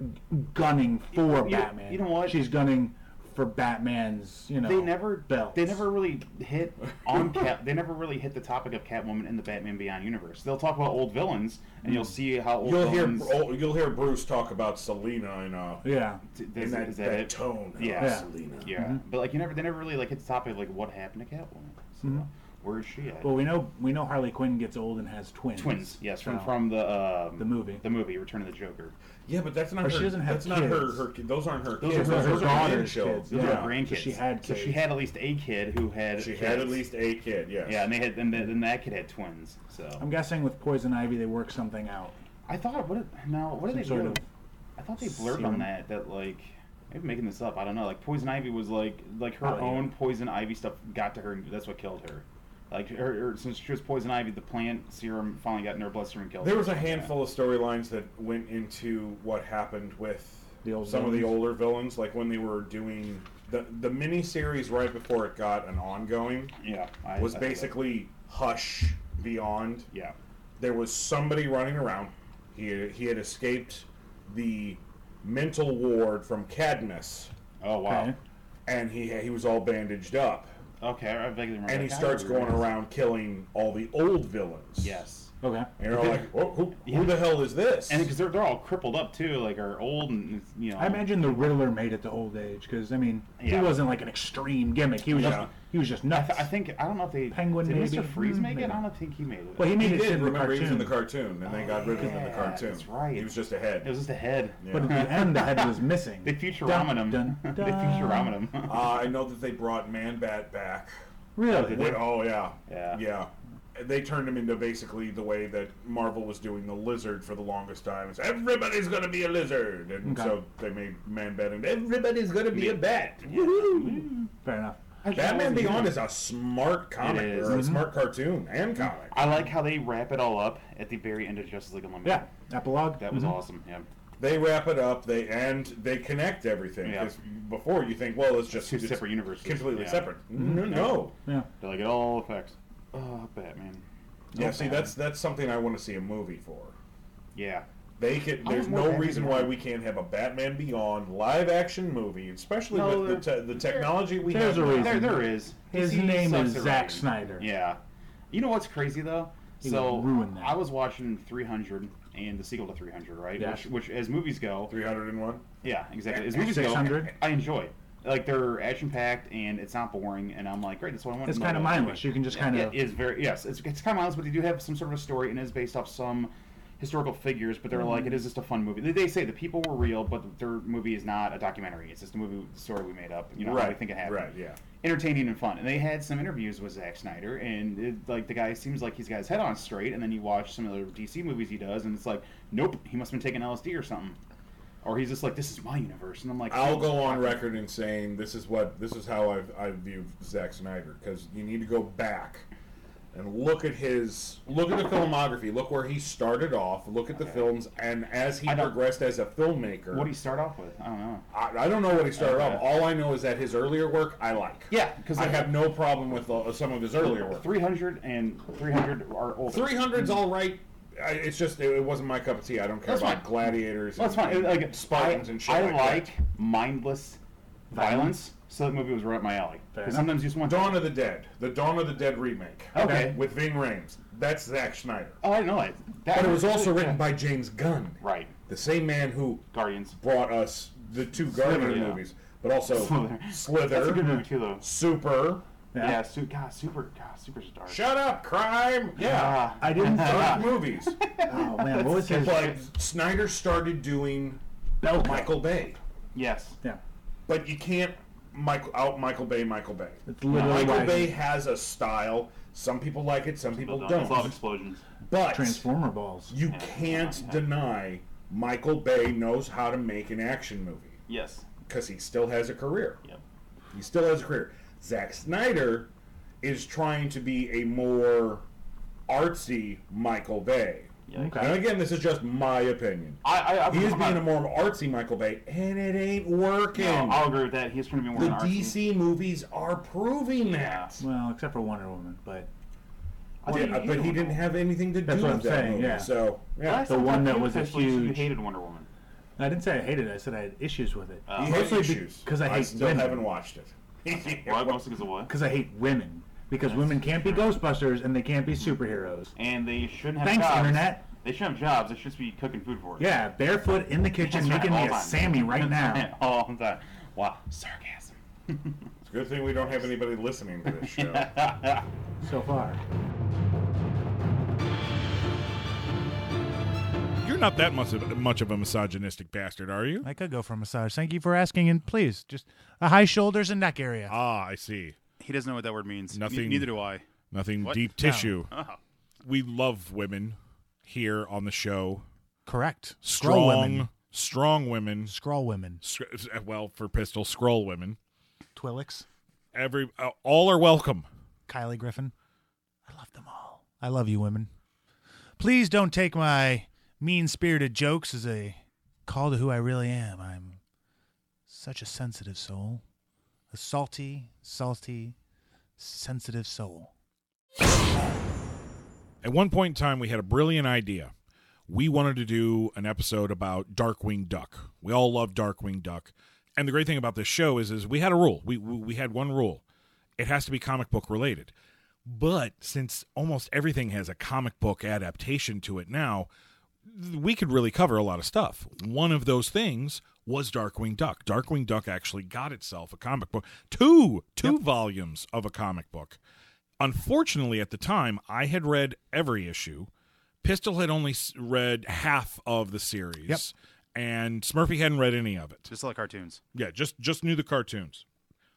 Speaker 1: gunning for
Speaker 2: you-
Speaker 1: Batman.
Speaker 2: you know what?
Speaker 1: She's gunning for Batman's. You know.
Speaker 2: They never
Speaker 1: belt.
Speaker 2: They never really hit on Cat. They never really hit the topic of Catwoman in the Batman Beyond universe. They'll talk about old villains, and you'll see how old
Speaker 4: Mm. You'll hear
Speaker 2: villains.
Speaker 4: oh, you'll hear Bruce talk about Selena in, uh,
Speaker 1: Yeah.
Speaker 2: Th-
Speaker 4: in
Speaker 2: is-
Speaker 4: that,
Speaker 2: is
Speaker 4: that,
Speaker 2: it?
Speaker 4: tone.
Speaker 2: Yeah.
Speaker 4: Uh,
Speaker 1: Yeah.
Speaker 4: Selena.
Speaker 2: Yeah, but like you never, they never really like hit the topic of like what happened to Catwoman. So,
Speaker 4: Mm-hmm.
Speaker 2: Where is she at?
Speaker 1: Well, we know we know Harley Quinn gets old and has twins.
Speaker 2: Twins, yes, from
Speaker 4: oh.
Speaker 1: So-
Speaker 2: from the um,
Speaker 1: The movie.
Speaker 2: the movie Return of the Joker.
Speaker 4: Yeah, but that's not
Speaker 1: Or
Speaker 4: her.
Speaker 1: she doesn't have
Speaker 4: that's not her,
Speaker 1: kids.
Speaker 4: her. ki- Those aren't her
Speaker 2: Those
Speaker 4: kids.
Speaker 2: are her-
Speaker 4: those
Speaker 2: her
Speaker 4: are
Speaker 1: daughter's
Speaker 4: grandchildren.
Speaker 1: kids,
Speaker 2: Those
Speaker 1: Yeah.
Speaker 2: are grandkids.
Speaker 1: She had
Speaker 2: so she
Speaker 1: kids.
Speaker 2: had at least a kid who had
Speaker 4: She
Speaker 2: kids.
Speaker 4: had at least a kid. Yes.
Speaker 2: yeah, and they had and, the, and that kid had twins. So
Speaker 1: I'm guessing with Poison Ivy they work something out.
Speaker 2: I thought what did, no what did
Speaker 1: Some
Speaker 2: they
Speaker 1: sort
Speaker 2: do?
Speaker 1: of
Speaker 2: I thought they blurred
Speaker 1: serum?
Speaker 2: on that that like Maybe making this up. I don't know. Like poison ivy was like like her
Speaker 4: Oh, yeah.
Speaker 2: own poison ivy stuff got to her. and That's what killed her. Like her, her since she was poison ivy, the plant serum finally got in her bloodstream and killed
Speaker 4: There
Speaker 2: her.
Speaker 4: was a handful of storylines that went into what happened with
Speaker 1: The old
Speaker 4: some of the
Speaker 1: villains.
Speaker 4: older villains, like when they were doing the the mini series right before it got an ongoing
Speaker 2: Yeah, I,
Speaker 4: was
Speaker 2: I think that-
Speaker 4: basically Hush Beyond.
Speaker 2: yeah.
Speaker 4: There was somebody running around. He he had escaped the mental ward from Cadmus,
Speaker 2: Oh wow.
Speaker 1: Okay.
Speaker 4: and he he was all bandaged up,
Speaker 2: Okay, I vaguely remember.
Speaker 4: and he
Speaker 2: that.
Speaker 4: starts going around killing all the old villains.
Speaker 2: Yes.
Speaker 1: Okay.
Speaker 4: And you're like, who, who, who the hell is this?
Speaker 2: And because they're, they're all crippled up too, like are old and you know.
Speaker 1: I imagine the Riddler made it to old age because I mean
Speaker 2: Yeah.
Speaker 1: he wasn't like an extreme gimmick. He was
Speaker 4: Yeah.
Speaker 1: just he was just
Speaker 2: I,
Speaker 1: nuts.
Speaker 2: th- I think I don't know if they
Speaker 1: Penguin
Speaker 2: did
Speaker 1: maybe?
Speaker 2: Mr. Freeze
Speaker 1: Hmm,
Speaker 2: make it.
Speaker 1: maybe.
Speaker 2: I don't think he made it.
Speaker 1: well, he made
Speaker 4: He
Speaker 1: it
Speaker 4: did
Speaker 1: in the
Speaker 4: remember he was in
Speaker 1: cartoon,
Speaker 4: the cartoon, and they got rid of him in the
Speaker 2: Oh, yeah,
Speaker 4: cartoon.
Speaker 2: that's right.
Speaker 4: He was just a
Speaker 2: it was
Speaker 4: head.
Speaker 2: just a head.
Speaker 1: but at the end the head was missing.
Speaker 2: They Futurama him.
Speaker 1: Dun, dun,
Speaker 2: they
Speaker 1: dun.
Speaker 2: Futurama him.
Speaker 4: Uh, I know that they brought Man Bat back.
Speaker 1: Really?
Speaker 4: Wait, oh yeah,
Speaker 2: Yeah.
Speaker 4: yeah. They turned him into basically the way that Marvel was doing the lizard for the longest time. It's everybody's gonna be a lizard, and
Speaker 1: Okay.
Speaker 4: so they made Man Bat and everybody's gonna be a bat. Woohoo!
Speaker 1: Fair enough.
Speaker 4: Batman Beyond is a smart comic
Speaker 2: It is. Mm-hmm.
Speaker 4: or a smart cartoon and comic.
Speaker 2: I like how they wrap it all up at the very end of Justice League Unlimited.
Speaker 1: Yeah. Epilogue.
Speaker 2: That was
Speaker 1: Mhm.
Speaker 2: awesome. Yeah.
Speaker 4: They wrap it up. They and they connect everything.
Speaker 2: Yeah.
Speaker 4: 'cause before you think, well, it's just
Speaker 2: Two
Speaker 4: it's
Speaker 2: separate universes.
Speaker 4: completely
Speaker 2: Yeah. Mm-hmm.
Speaker 4: separate. No, no.
Speaker 1: Yeah.
Speaker 2: They're like it all affects. Oh, Batman.
Speaker 4: Yeah, see, that's that's something I want to see a movie for.
Speaker 2: Yeah.
Speaker 4: They can, there's
Speaker 2: want more
Speaker 4: no
Speaker 2: Batman
Speaker 4: reason why
Speaker 2: Beyond.
Speaker 4: we can't have a Batman Beyond live action movie, especially
Speaker 2: No,
Speaker 4: with the, te- the technology we
Speaker 1: there's
Speaker 4: have.
Speaker 1: a
Speaker 4: now.
Speaker 1: reason.
Speaker 2: There, there is.
Speaker 1: His
Speaker 2: DC
Speaker 1: name
Speaker 2: sucks
Speaker 1: is
Speaker 2: at
Speaker 1: Zack
Speaker 2: writing.
Speaker 1: Snyder.
Speaker 2: Yeah. You know what's crazy though? so
Speaker 1: would ruin that.
Speaker 2: I was watching 300 and the sequel to 300, right?
Speaker 1: Yeah.
Speaker 2: Which, which, as movies go,
Speaker 4: 301.
Speaker 2: yeah, exactly. As movies go,
Speaker 1: 600?
Speaker 2: I enjoy. it. Like they're action packed and it's not boring, and I'm like, great, that's what I want.
Speaker 1: It's
Speaker 2: another
Speaker 1: kinda
Speaker 2: movie.
Speaker 1: mindless. You can just kinda-
Speaker 2: Yeah, it is very yes, it's it's kind of mindless, but they do have some sort of a story and it is based off some historical figures. But they're
Speaker 1: Mm-hmm.
Speaker 2: like, it is just a fun movie. They, they say the people were real, but their movie is not a documentary. It's just a movie story we made up. You know, how we
Speaker 4: right.
Speaker 2: think it happened
Speaker 4: Right. Yeah.
Speaker 2: entertaining and fun. And they had some interviews with Zack Snyder, and it, like the guy seems like he's got his head on straight. And then you watch some of the DC movies he does, and it's like, nope, he must have been taking LSD or something, or he's just like, this is my universe. And I'm like,
Speaker 4: I'll go on record in saying this is what this is how I've, I view Zack Snyder because you need to go back and look at his look at the filmography. Look where he started off. Look at the films and as he
Speaker 2: I don't-
Speaker 4: progressed as a filmmaker.
Speaker 2: What do you start off with? I don't know.
Speaker 4: I, I don't know what he started
Speaker 2: Okay.
Speaker 4: off. All I know is that his earlier work I like.
Speaker 2: Yeah, because
Speaker 4: I have no problem with uh, some of his earlier work.
Speaker 2: 300 and 300 are older.
Speaker 4: 300's all right. I, it's just it, it wasn't my cup of tea. I don't care
Speaker 2: Mm-hmm. That's
Speaker 4: about
Speaker 2: fine.
Speaker 4: gladiators.
Speaker 2: That's
Speaker 4: and,
Speaker 2: fine.
Speaker 4: and
Speaker 2: Like
Speaker 4: Spartans
Speaker 2: I,
Speaker 4: and shit
Speaker 2: I
Speaker 4: like,
Speaker 2: like,
Speaker 4: that.
Speaker 2: mindless violence. So that movie was right up my alley. 'Cause
Speaker 1: enough.
Speaker 2: Sometimes you just want
Speaker 4: Dawn of the Dead, the Dawn of the Dead remake.
Speaker 2: Okay.
Speaker 4: With Ving Rhames. That's Zack Schneider.
Speaker 2: Oh, I didn't know that. that
Speaker 4: But it was also written by James Gunn.
Speaker 2: right
Speaker 4: The same man who
Speaker 2: Guardians.
Speaker 4: brought us the two Guardian
Speaker 2: Slither, yeah.
Speaker 4: movies, but also
Speaker 2: Slither.
Speaker 4: Slither,
Speaker 2: That's a good movie too, though.
Speaker 4: Super.
Speaker 2: Yeah, su- God, super, God, super dark.
Speaker 4: Shut up, crime! Yeah.
Speaker 2: Ah,
Speaker 1: I didn't.
Speaker 4: Dark movies.
Speaker 1: oh man, what was his
Speaker 4: Like, Snyder started doing
Speaker 1: belt? cut?
Speaker 4: Michael Bay.
Speaker 2: yes.
Speaker 1: Yeah.
Speaker 4: But you can't Michael out Michael Bay, Michael Bay.
Speaker 1: It's literally
Speaker 4: Michael
Speaker 1: why
Speaker 4: Bay has a style. Some people like it, some people don't.
Speaker 2: explosions.
Speaker 4: But
Speaker 1: Transformer balls.
Speaker 4: You can't deny Michael Bay knows how to make an action movie
Speaker 2: Yes.
Speaker 4: because he still has a career.
Speaker 2: Yep.
Speaker 4: He still has a career. Zack Snyder is trying to be a more artsy Michael Bay.
Speaker 1: Okay.
Speaker 4: And again, this is just my opinion.
Speaker 2: I, I, I
Speaker 4: He is
Speaker 2: I'm
Speaker 4: being a
Speaker 2: not-
Speaker 4: more artsy Michael Bay, and it ain't working.
Speaker 2: No, I'll agree with that. He's trying to be more
Speaker 4: the
Speaker 2: an artsy.
Speaker 4: DC movies are proving that.
Speaker 1: Well, except for Wonder Woman, but
Speaker 2: I think
Speaker 4: Yeah,
Speaker 2: hated
Speaker 4: but he
Speaker 2: Wonder
Speaker 4: didn't
Speaker 2: Woman.
Speaker 4: have anything to do
Speaker 1: That's
Speaker 4: with
Speaker 1: what I'm
Speaker 4: that
Speaker 1: saying,
Speaker 4: movie.
Speaker 1: yeah.
Speaker 4: So, yeah.
Speaker 2: Last
Speaker 1: the
Speaker 2: time
Speaker 1: one
Speaker 2: I
Speaker 1: that
Speaker 2: talked
Speaker 1: was
Speaker 2: to
Speaker 1: a
Speaker 2: you, you
Speaker 1: huge-
Speaker 2: hated Wonder Woman.
Speaker 1: I didn't say I hated it. I said I had issues with it
Speaker 4: He has
Speaker 1: mostly
Speaker 4: issues.
Speaker 1: because I
Speaker 4: I
Speaker 1: hate
Speaker 4: still
Speaker 1: women.
Speaker 4: haven't watched it.
Speaker 2: Well, mostly because of what?
Speaker 1: because I hate women because women can't be Ghostbusters and they can't be superheroes.
Speaker 2: And they shouldn't have
Speaker 1: Thanks,
Speaker 2: jobs.
Speaker 1: Internet.
Speaker 2: They shouldn't have jobs. They should just be cooking food for us.
Speaker 1: Yeah, barefoot in the kitchen,
Speaker 2: That's right,
Speaker 1: making
Speaker 2: all
Speaker 1: me
Speaker 2: the
Speaker 1: a
Speaker 2: time.
Speaker 1: Sammy right now.
Speaker 2: all the time. Wow, sarcasm.
Speaker 4: It's a good thing we don't have anybody listening to this show.
Speaker 1: So far,
Speaker 7: You're not that much of, much of a misogynistic bastard, are you?
Speaker 8: I could go for a massage. Thank you for asking. And please, just a high shoulders and neck area.
Speaker 7: Ah, I see.
Speaker 9: He doesn't know what that word means. Ne-
Speaker 7: Nothing.
Speaker 9: neither do I.
Speaker 7: Nothing
Speaker 9: What?
Speaker 7: deep tissue.
Speaker 9: Oh.
Speaker 7: We love women here on the show.
Speaker 8: Correct. Grow
Speaker 7: Strong,
Speaker 8: women.
Speaker 4: strong women,
Speaker 10: Scrawl women,
Speaker 4: sc- well for pistol scroll women.
Speaker 10: Twilix,
Speaker 4: Every uh, all are welcome.
Speaker 10: Kylie Griffin. I love them all. I love you, women. Please don't take my mean spirited jokes as a call to who I really am. I'm such a sensitive soul. A salty, salty, sensitive soul.
Speaker 4: At one point in time, we had a brilliant idea. We wanted to do an episode about Darkwing Duck. We all love Darkwing Duck, and the great thing about this show is, is we had a rule. We we we had one rule. It has to be comic book related. But since almost everything has a comic book adaptation to it now, we could really cover a lot of stuff. One of those things was Darkwing Duck. Darkwing Duck actually got itself a comic book, two two volumes of a comic book. Unfortunately, at the time, I had read every issue. Pistol had only s- read half of the series,
Speaker 10: Yep.
Speaker 4: and Smurfy hadn't read any of it.
Speaker 11: Just like cartoons.
Speaker 4: Yeah, just just knew the cartoons.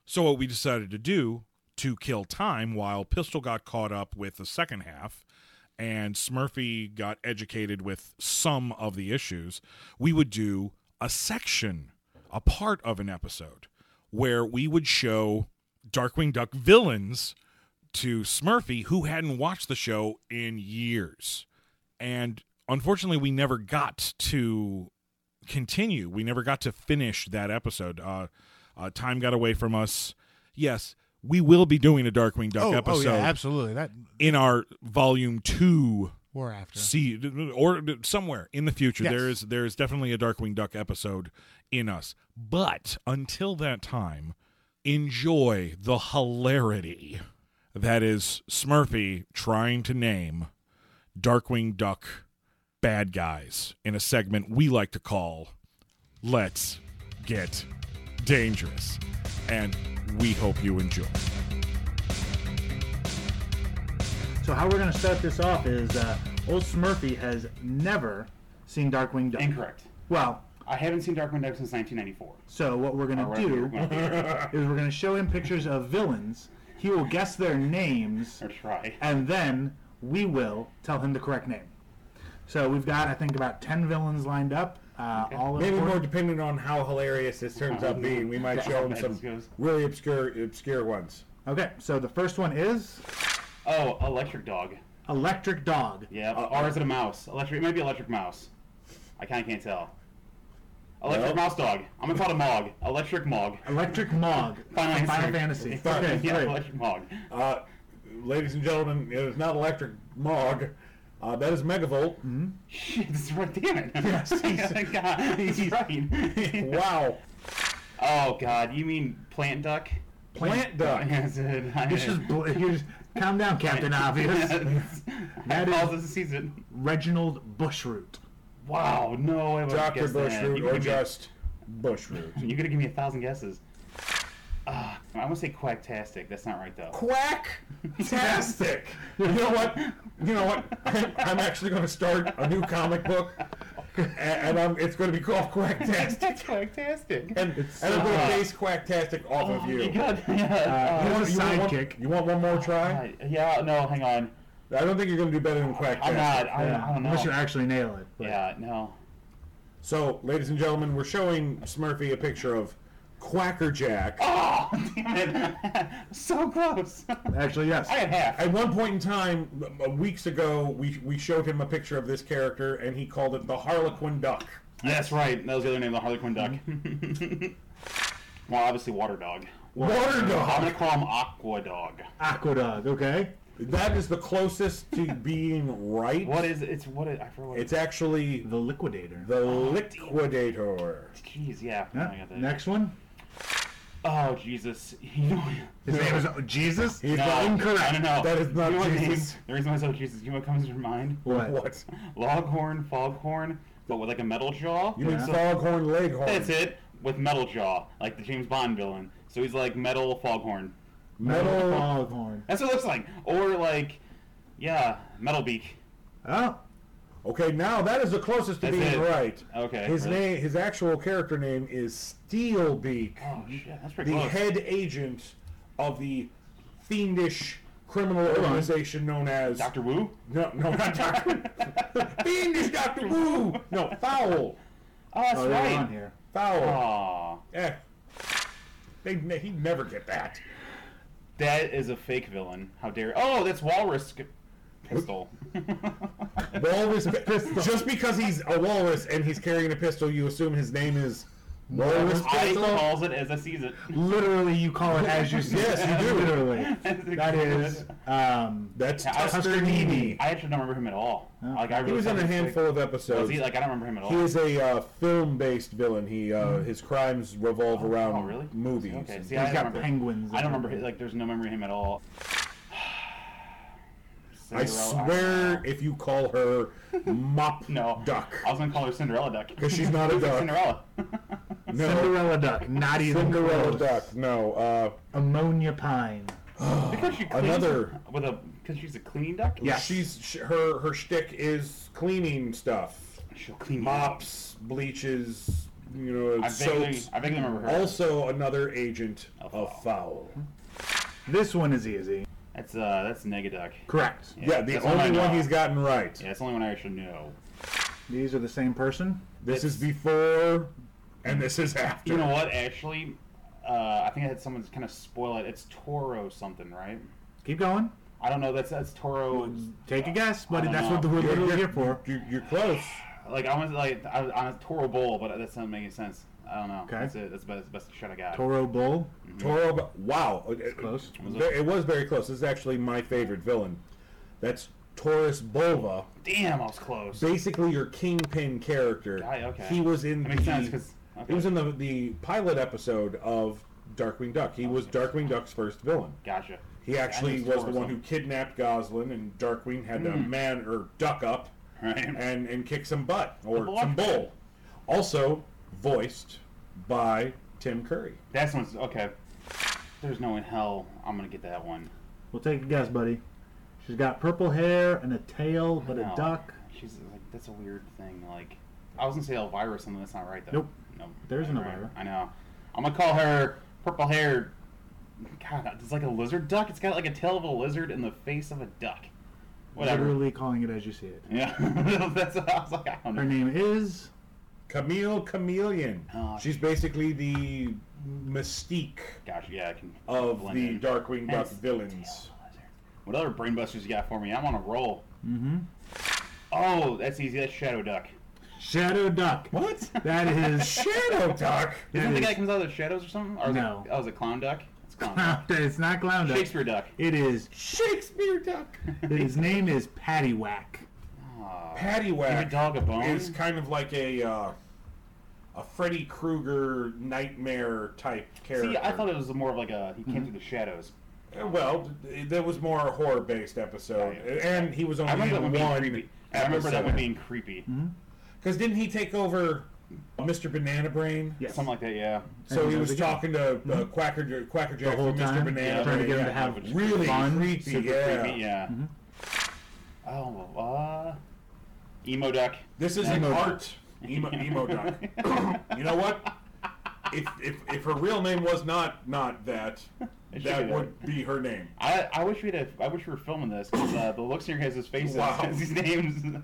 Speaker 4: So what we decided to do to kill time while Pistol got caught up with the second half and Smurfy got educated with some of the issues, we would do a section, a part of an episode where we would show Darkwing Duck villains to Smurfy who hadn't watched the show in years. And unfortunately, we never got to continue. We never got to finish that episode. Uh, uh, time got away from us. Yes, we will be doing a Darkwing Duck
Speaker 10: oh,
Speaker 4: episode
Speaker 10: oh, yeah, absolutely. That
Speaker 4: in our volume two.
Speaker 10: we're after.
Speaker 4: See, or somewhere in the future,
Speaker 10: Yes.
Speaker 4: there is there is definitely a Darkwing Duck episode in us. But until that time, enjoy the hilarity that is Smurfy trying to name Darkwing Duck bad guys in a segment we like to call "Let's Get Dangerous," and we hope you enjoy.
Speaker 1: So how we're gonna start this off is uh, old Smurfy has never seen Darkwing Duck.
Speaker 2: Incorrect.
Speaker 1: Well,
Speaker 2: I haven't seen Darkwing Duck since 1994.
Speaker 1: so what we're gonna
Speaker 2: Or
Speaker 1: do
Speaker 2: whatever you want
Speaker 1: is we're gonna show him pictures of villains. He will guess their names,
Speaker 2: to try.
Speaker 1: and then we will tell him the correct name. So we've got I think about ten villains lined up. Uh, all of
Speaker 12: Maybe
Speaker 1: four-
Speaker 12: more dependent on how hilarious this turns out being. We might show them some
Speaker 2: Goes.
Speaker 12: really obscure obscure ones.
Speaker 1: Okay, so the first one is
Speaker 2: Oh, Electric Dog.
Speaker 1: Electric Dog.
Speaker 2: Yeah, or is it a mouse? Electric. It might be Electric Mouse. I kind of can't tell. Electric
Speaker 12: Well-
Speaker 2: Mouse Dog. I'm gonna call it a Mog. Electric Mog.
Speaker 1: Electric Mog.
Speaker 2: Final
Speaker 1: from Final
Speaker 2: answer.
Speaker 1: Fantasy. Okay,
Speaker 2: yeah,
Speaker 1: great.
Speaker 2: Electric Mog.
Speaker 12: Uh, ladies and gentlemen, it is not electric mog. Uh, that is megavolt.
Speaker 2: Mm-hmm. Shit, this is right. Damn it. God, he's right.
Speaker 12: Wow.
Speaker 2: Oh God, you mean Plant Duck?
Speaker 12: Plant duck.
Speaker 2: Yes, it- I-
Speaker 1: This is bl- here's- calm down, Captain Obvious.
Speaker 2: I
Speaker 1: That
Speaker 2: called
Speaker 1: is-
Speaker 2: this a season.
Speaker 1: Reginald Bushroot.
Speaker 2: Wow, no, I would've
Speaker 12: Dr.
Speaker 2: guessed that.
Speaker 12: Bushroot
Speaker 2: You
Speaker 12: or
Speaker 2: give me a-
Speaker 12: just Bushroot.
Speaker 2: You're gonna give me a thousand guesses. Uh, I want to say quacktastic. That's not right though.
Speaker 12: Quacktastic! you know what? You know what? I'm, I'm actually going to start a new comic book, and, and I'm, it's going to be called Quacktastic.
Speaker 2: quacktastic.
Speaker 12: And, and I'm going to base Quacktastic off
Speaker 2: oh
Speaker 12: of
Speaker 2: my
Speaker 12: you.
Speaker 2: god. Yeah.
Speaker 1: you
Speaker 2: Uh,
Speaker 1: want a
Speaker 12: You want one-
Speaker 1: sidekick?
Speaker 12: You want one more try?
Speaker 2: I- yeah. No, hang on.
Speaker 12: I don't think you're going to do better than Quacktastic.
Speaker 2: I'm not. I, I don't know.
Speaker 1: Unless you actually nail it. but-
Speaker 2: Yeah. No.
Speaker 12: So, ladies and gentlemen, we're showing Smurfy a picture of Quackerjack.
Speaker 2: Oh, damn it. so close.
Speaker 1: Actually, yes.
Speaker 2: I had half.
Speaker 12: At one point in time, m- m- weeks ago, we, we showed him a picture of this character, and he called it the Harlequin Duck.
Speaker 2: That's right. That was the other name, the Harley Quinn duck. Mm-hmm. well, obviously, water dog.
Speaker 12: Water
Speaker 2: I'm
Speaker 12: Dog!
Speaker 2: gonna call him Aqua Dog.
Speaker 1: Aqua Dog, okay?
Speaker 12: That is the closest to being right.
Speaker 2: What is it? It's what it, I forgot. What
Speaker 12: It's actually
Speaker 1: The Liquidator.
Speaker 12: the
Speaker 2: Oh,
Speaker 12: Liquidator.
Speaker 2: Jeez, yeah.
Speaker 1: Huh?
Speaker 2: I got that.
Speaker 1: Next one.
Speaker 2: Oh Jesus! You know,
Speaker 1: His name is oh, Jesus?
Speaker 12: He's
Speaker 2: no,
Speaker 12: not
Speaker 2: I don't
Speaker 12: incorrect.
Speaker 2: know.
Speaker 12: That is not
Speaker 2: You know what
Speaker 12: Jesus.
Speaker 2: name- the reason why I said Jesus, you know what comes to mind?
Speaker 1: What?
Speaker 12: What?
Speaker 2: Loghorn, foghorn, but with like a metal jaw.
Speaker 12: You mean
Speaker 1: Yeah.
Speaker 12: Foghorn Leghorn.
Speaker 2: That's it. With metal jaw, like the James Bond villain. So he's like metal foghorn.
Speaker 1: Metal
Speaker 12: Metal.
Speaker 1: Foghorn.
Speaker 2: That's what it looks like. Or like, yeah, metal beak.
Speaker 1: Oh,
Speaker 12: Okay, now that is the closest to
Speaker 2: That's
Speaker 12: being
Speaker 2: it.
Speaker 12: right.
Speaker 2: Okay,
Speaker 12: His
Speaker 2: really?
Speaker 12: name, his actual character name is Steelbeak.
Speaker 2: Oh shit, that's pretty
Speaker 12: the
Speaker 2: close.
Speaker 12: head agent of the fiendish criminal organization known as
Speaker 2: Doctor Wu.
Speaker 12: No, no, not Doctor. fiendish Doctor Woo. No, Foul.
Speaker 2: Oh, that's
Speaker 1: Oh, they're on
Speaker 2: right.
Speaker 1: here.
Speaker 4: Foul.
Speaker 2: Aw,
Speaker 4: Eh. They, ne- he'd never get that.
Speaker 2: that is a fake villain. How dare? Oh, that's Walrus c- pistol.
Speaker 4: Walrus pi- Just because he's a walrus and he's carrying a pistol, you assume his name is Walrus
Speaker 2: I
Speaker 4: Pistol?
Speaker 2: calls it as I sees it.
Speaker 1: Literally, you call it as you see.
Speaker 4: Yes,
Speaker 1: it.
Speaker 4: you do.
Speaker 1: Literally, that is. Um,
Speaker 4: That's
Speaker 2: Yeah, I-
Speaker 4: Tuster
Speaker 1: Tusker
Speaker 4: Nene. Oh.
Speaker 1: Nene.
Speaker 2: I actually don't remember him at all. Like I
Speaker 4: He
Speaker 2: really
Speaker 4: was
Speaker 2: thought
Speaker 4: in a
Speaker 2: was fake.
Speaker 4: handful of episodes.
Speaker 2: Was he like I don't remember him at all.
Speaker 4: He is a uh, film-based villain. He uh, his crimes revolve around
Speaker 2: Hmm. oh, really?
Speaker 4: um, movies.
Speaker 2: okay.
Speaker 4: and-
Speaker 2: See, I
Speaker 1: he's
Speaker 2: don't
Speaker 1: got
Speaker 2: remember.
Speaker 1: penguins
Speaker 2: I don't
Speaker 1: in
Speaker 2: remember.
Speaker 1: there.
Speaker 2: his- Like there's no memory of him at all.
Speaker 4: I
Speaker 2: Cinderella,
Speaker 4: swear, if you call her Mop
Speaker 2: don't know. no
Speaker 4: Duck,
Speaker 2: I was gonna call her Cinderella Duck.
Speaker 4: because she's not a
Speaker 2: Who's
Speaker 4: duck.
Speaker 2: Cinderella.
Speaker 4: No,
Speaker 1: Cinderella duck, not even
Speaker 4: Cinderella
Speaker 1: close.
Speaker 4: Duck. No, uh,
Speaker 1: Ammonia pine.
Speaker 2: because she cleans
Speaker 4: another.
Speaker 2: with a because she's a cleaning duck.
Speaker 1: Yes.
Speaker 4: she's sh- her her shtick is cleaning stuff,
Speaker 2: she'll clean you up.
Speaker 4: mops, bleaches, you know,
Speaker 2: I vaguely,
Speaker 4: soaps.
Speaker 2: I vaguely remember her.
Speaker 4: Also, another agent
Speaker 2: Of
Speaker 4: of foul.
Speaker 1: This one is easy.
Speaker 2: that's uh, that's Negaduck.
Speaker 1: Correct.
Speaker 4: Yeah, the
Speaker 2: that's one I
Speaker 4: only one
Speaker 2: know.
Speaker 4: he's gotten right.
Speaker 2: Yeah, that's the only one I actually know.
Speaker 1: These are the same person.
Speaker 4: This is before, and this is after.
Speaker 2: You know what? Actually, uh, I think I had someone kind of spoil it. It's Toro something, right?
Speaker 1: Keep going.
Speaker 2: I don't know. That's that's Toro.
Speaker 1: Take a guess,
Speaker 2: I
Speaker 1: but
Speaker 2: don't
Speaker 1: that's
Speaker 2: know.
Speaker 1: what we're
Speaker 4: You're-
Speaker 1: literally
Speaker 4: you're-
Speaker 1: here for.
Speaker 4: You're, you're close.
Speaker 2: Like I was like I was on a Toro Bowl, but that doesn't make any sense. I don't know.
Speaker 1: Okay.
Speaker 2: That's it. That's the best, that's the best shot I got.
Speaker 1: Toro bull.
Speaker 4: Toro. Ba- Wow. It- it-
Speaker 1: Close.
Speaker 4: It, was- it was very close. This is actually my favorite villain. That's Taurus Bulva,
Speaker 2: Damn, I was close.
Speaker 4: basically your kingpin character.
Speaker 2: Guy, okay.
Speaker 4: He was in
Speaker 2: That makes
Speaker 4: the,
Speaker 2: sense, 'cause- okay.
Speaker 4: he was in the the pilot episode of Darkwing Duck. He was Darkwing Duck's first villain.
Speaker 2: Gotcha.
Speaker 4: He actually
Speaker 2: it's
Speaker 4: was the
Speaker 2: Taurus
Speaker 4: one who
Speaker 2: something.
Speaker 4: kidnapped Goslin, and Darkwing had to man or duck up
Speaker 2: Right.
Speaker 4: and and kick some butt or
Speaker 2: Well,
Speaker 4: some
Speaker 2: okay.
Speaker 4: bull. Also voiced by Tim Curry.
Speaker 2: That's one's okay. There's no in hell I'm gonna get that one.
Speaker 1: We'll take a guess, buddy. She's got purple hair and a tail, but
Speaker 2: No.
Speaker 1: a duck.
Speaker 2: She's like that's a weird thing. Like I was gonna say Elvira or something. That's not right though.
Speaker 1: Nope.
Speaker 2: Nope.
Speaker 1: There is an
Speaker 2: All right.
Speaker 1: Elvira.
Speaker 2: I know. I'm gonna call her purple haired. God, it's like a lizard duck. It's got like a tail of a lizard and the face of a duck. Whatever.
Speaker 1: Literally calling it as you see it.
Speaker 2: Yeah. that's what I was like. I don't know.
Speaker 1: Her name is.
Speaker 4: Camille Chameleon.
Speaker 2: Oh,
Speaker 4: She's basically the mystique
Speaker 2: Gotcha. Yeah, I can
Speaker 4: of
Speaker 2: blend
Speaker 4: the
Speaker 2: in.
Speaker 4: Darkwing Duck
Speaker 2: That's the
Speaker 4: villains.
Speaker 2: What other brainbusters you got for me? I'm on a roll. Mm-hmm. Oh, that's easy. That's Shadow Duck.
Speaker 1: Shadow Duck.
Speaker 4: What?
Speaker 1: That is.
Speaker 4: Shadow Duck.
Speaker 2: Isn't the
Speaker 1: is-
Speaker 2: guy that comes out of the shadows or something? Or is
Speaker 1: No.
Speaker 2: It, oh, is it Clown Duck? It's Clown Duck.
Speaker 1: it's not clown duck.
Speaker 2: Shakespeare Duck.
Speaker 1: It is.
Speaker 4: Shakespeare Duck.
Speaker 1: His name is Paddywhack.
Speaker 2: Aw. Give a
Speaker 4: Paddywhack
Speaker 2: dog a bone.
Speaker 4: is kind of like a uh, a Freddy Krueger nightmare type character.
Speaker 2: See, I thought it was more of like a he came
Speaker 4: Mm-hmm.
Speaker 2: through the shadows.
Speaker 4: Uh, Well, th- that was more a horror based episode,
Speaker 2: Oh, yeah.
Speaker 4: and he was only
Speaker 2: I remember that one
Speaker 4: in
Speaker 2: being
Speaker 4: one.
Speaker 2: creepy. I remember that one being creepy.
Speaker 4: because didn't he take over Mr. Banana Brain?
Speaker 1: Yes.
Speaker 2: Something like that, yeah.
Speaker 4: So
Speaker 1: And
Speaker 4: he
Speaker 1: he
Speaker 4: was
Speaker 1: was
Speaker 4: talking to uh, Quacker Quacker Jack
Speaker 1: Mm-hmm. whole
Speaker 4: from Mr.
Speaker 1: time?
Speaker 4: Banana
Speaker 2: Yeah,
Speaker 1: Trying to
Speaker 4: Brain,
Speaker 1: get him
Speaker 4: yeah.
Speaker 1: to have
Speaker 4: really
Speaker 1: fun,
Speaker 4: creepy,
Speaker 1: super
Speaker 4: yeah.
Speaker 2: Creepy, yeah. Oh, uh, emo duck.
Speaker 4: This is an art emo, emo duck. you know what? If, if if her real name was not not that,
Speaker 2: It should
Speaker 4: that
Speaker 2: be
Speaker 4: would be her name.
Speaker 2: I, I wish we'd have, I wish we were filming this 'cause, uh, the looks in your guys' faces,
Speaker 4: Wow.
Speaker 2: these names,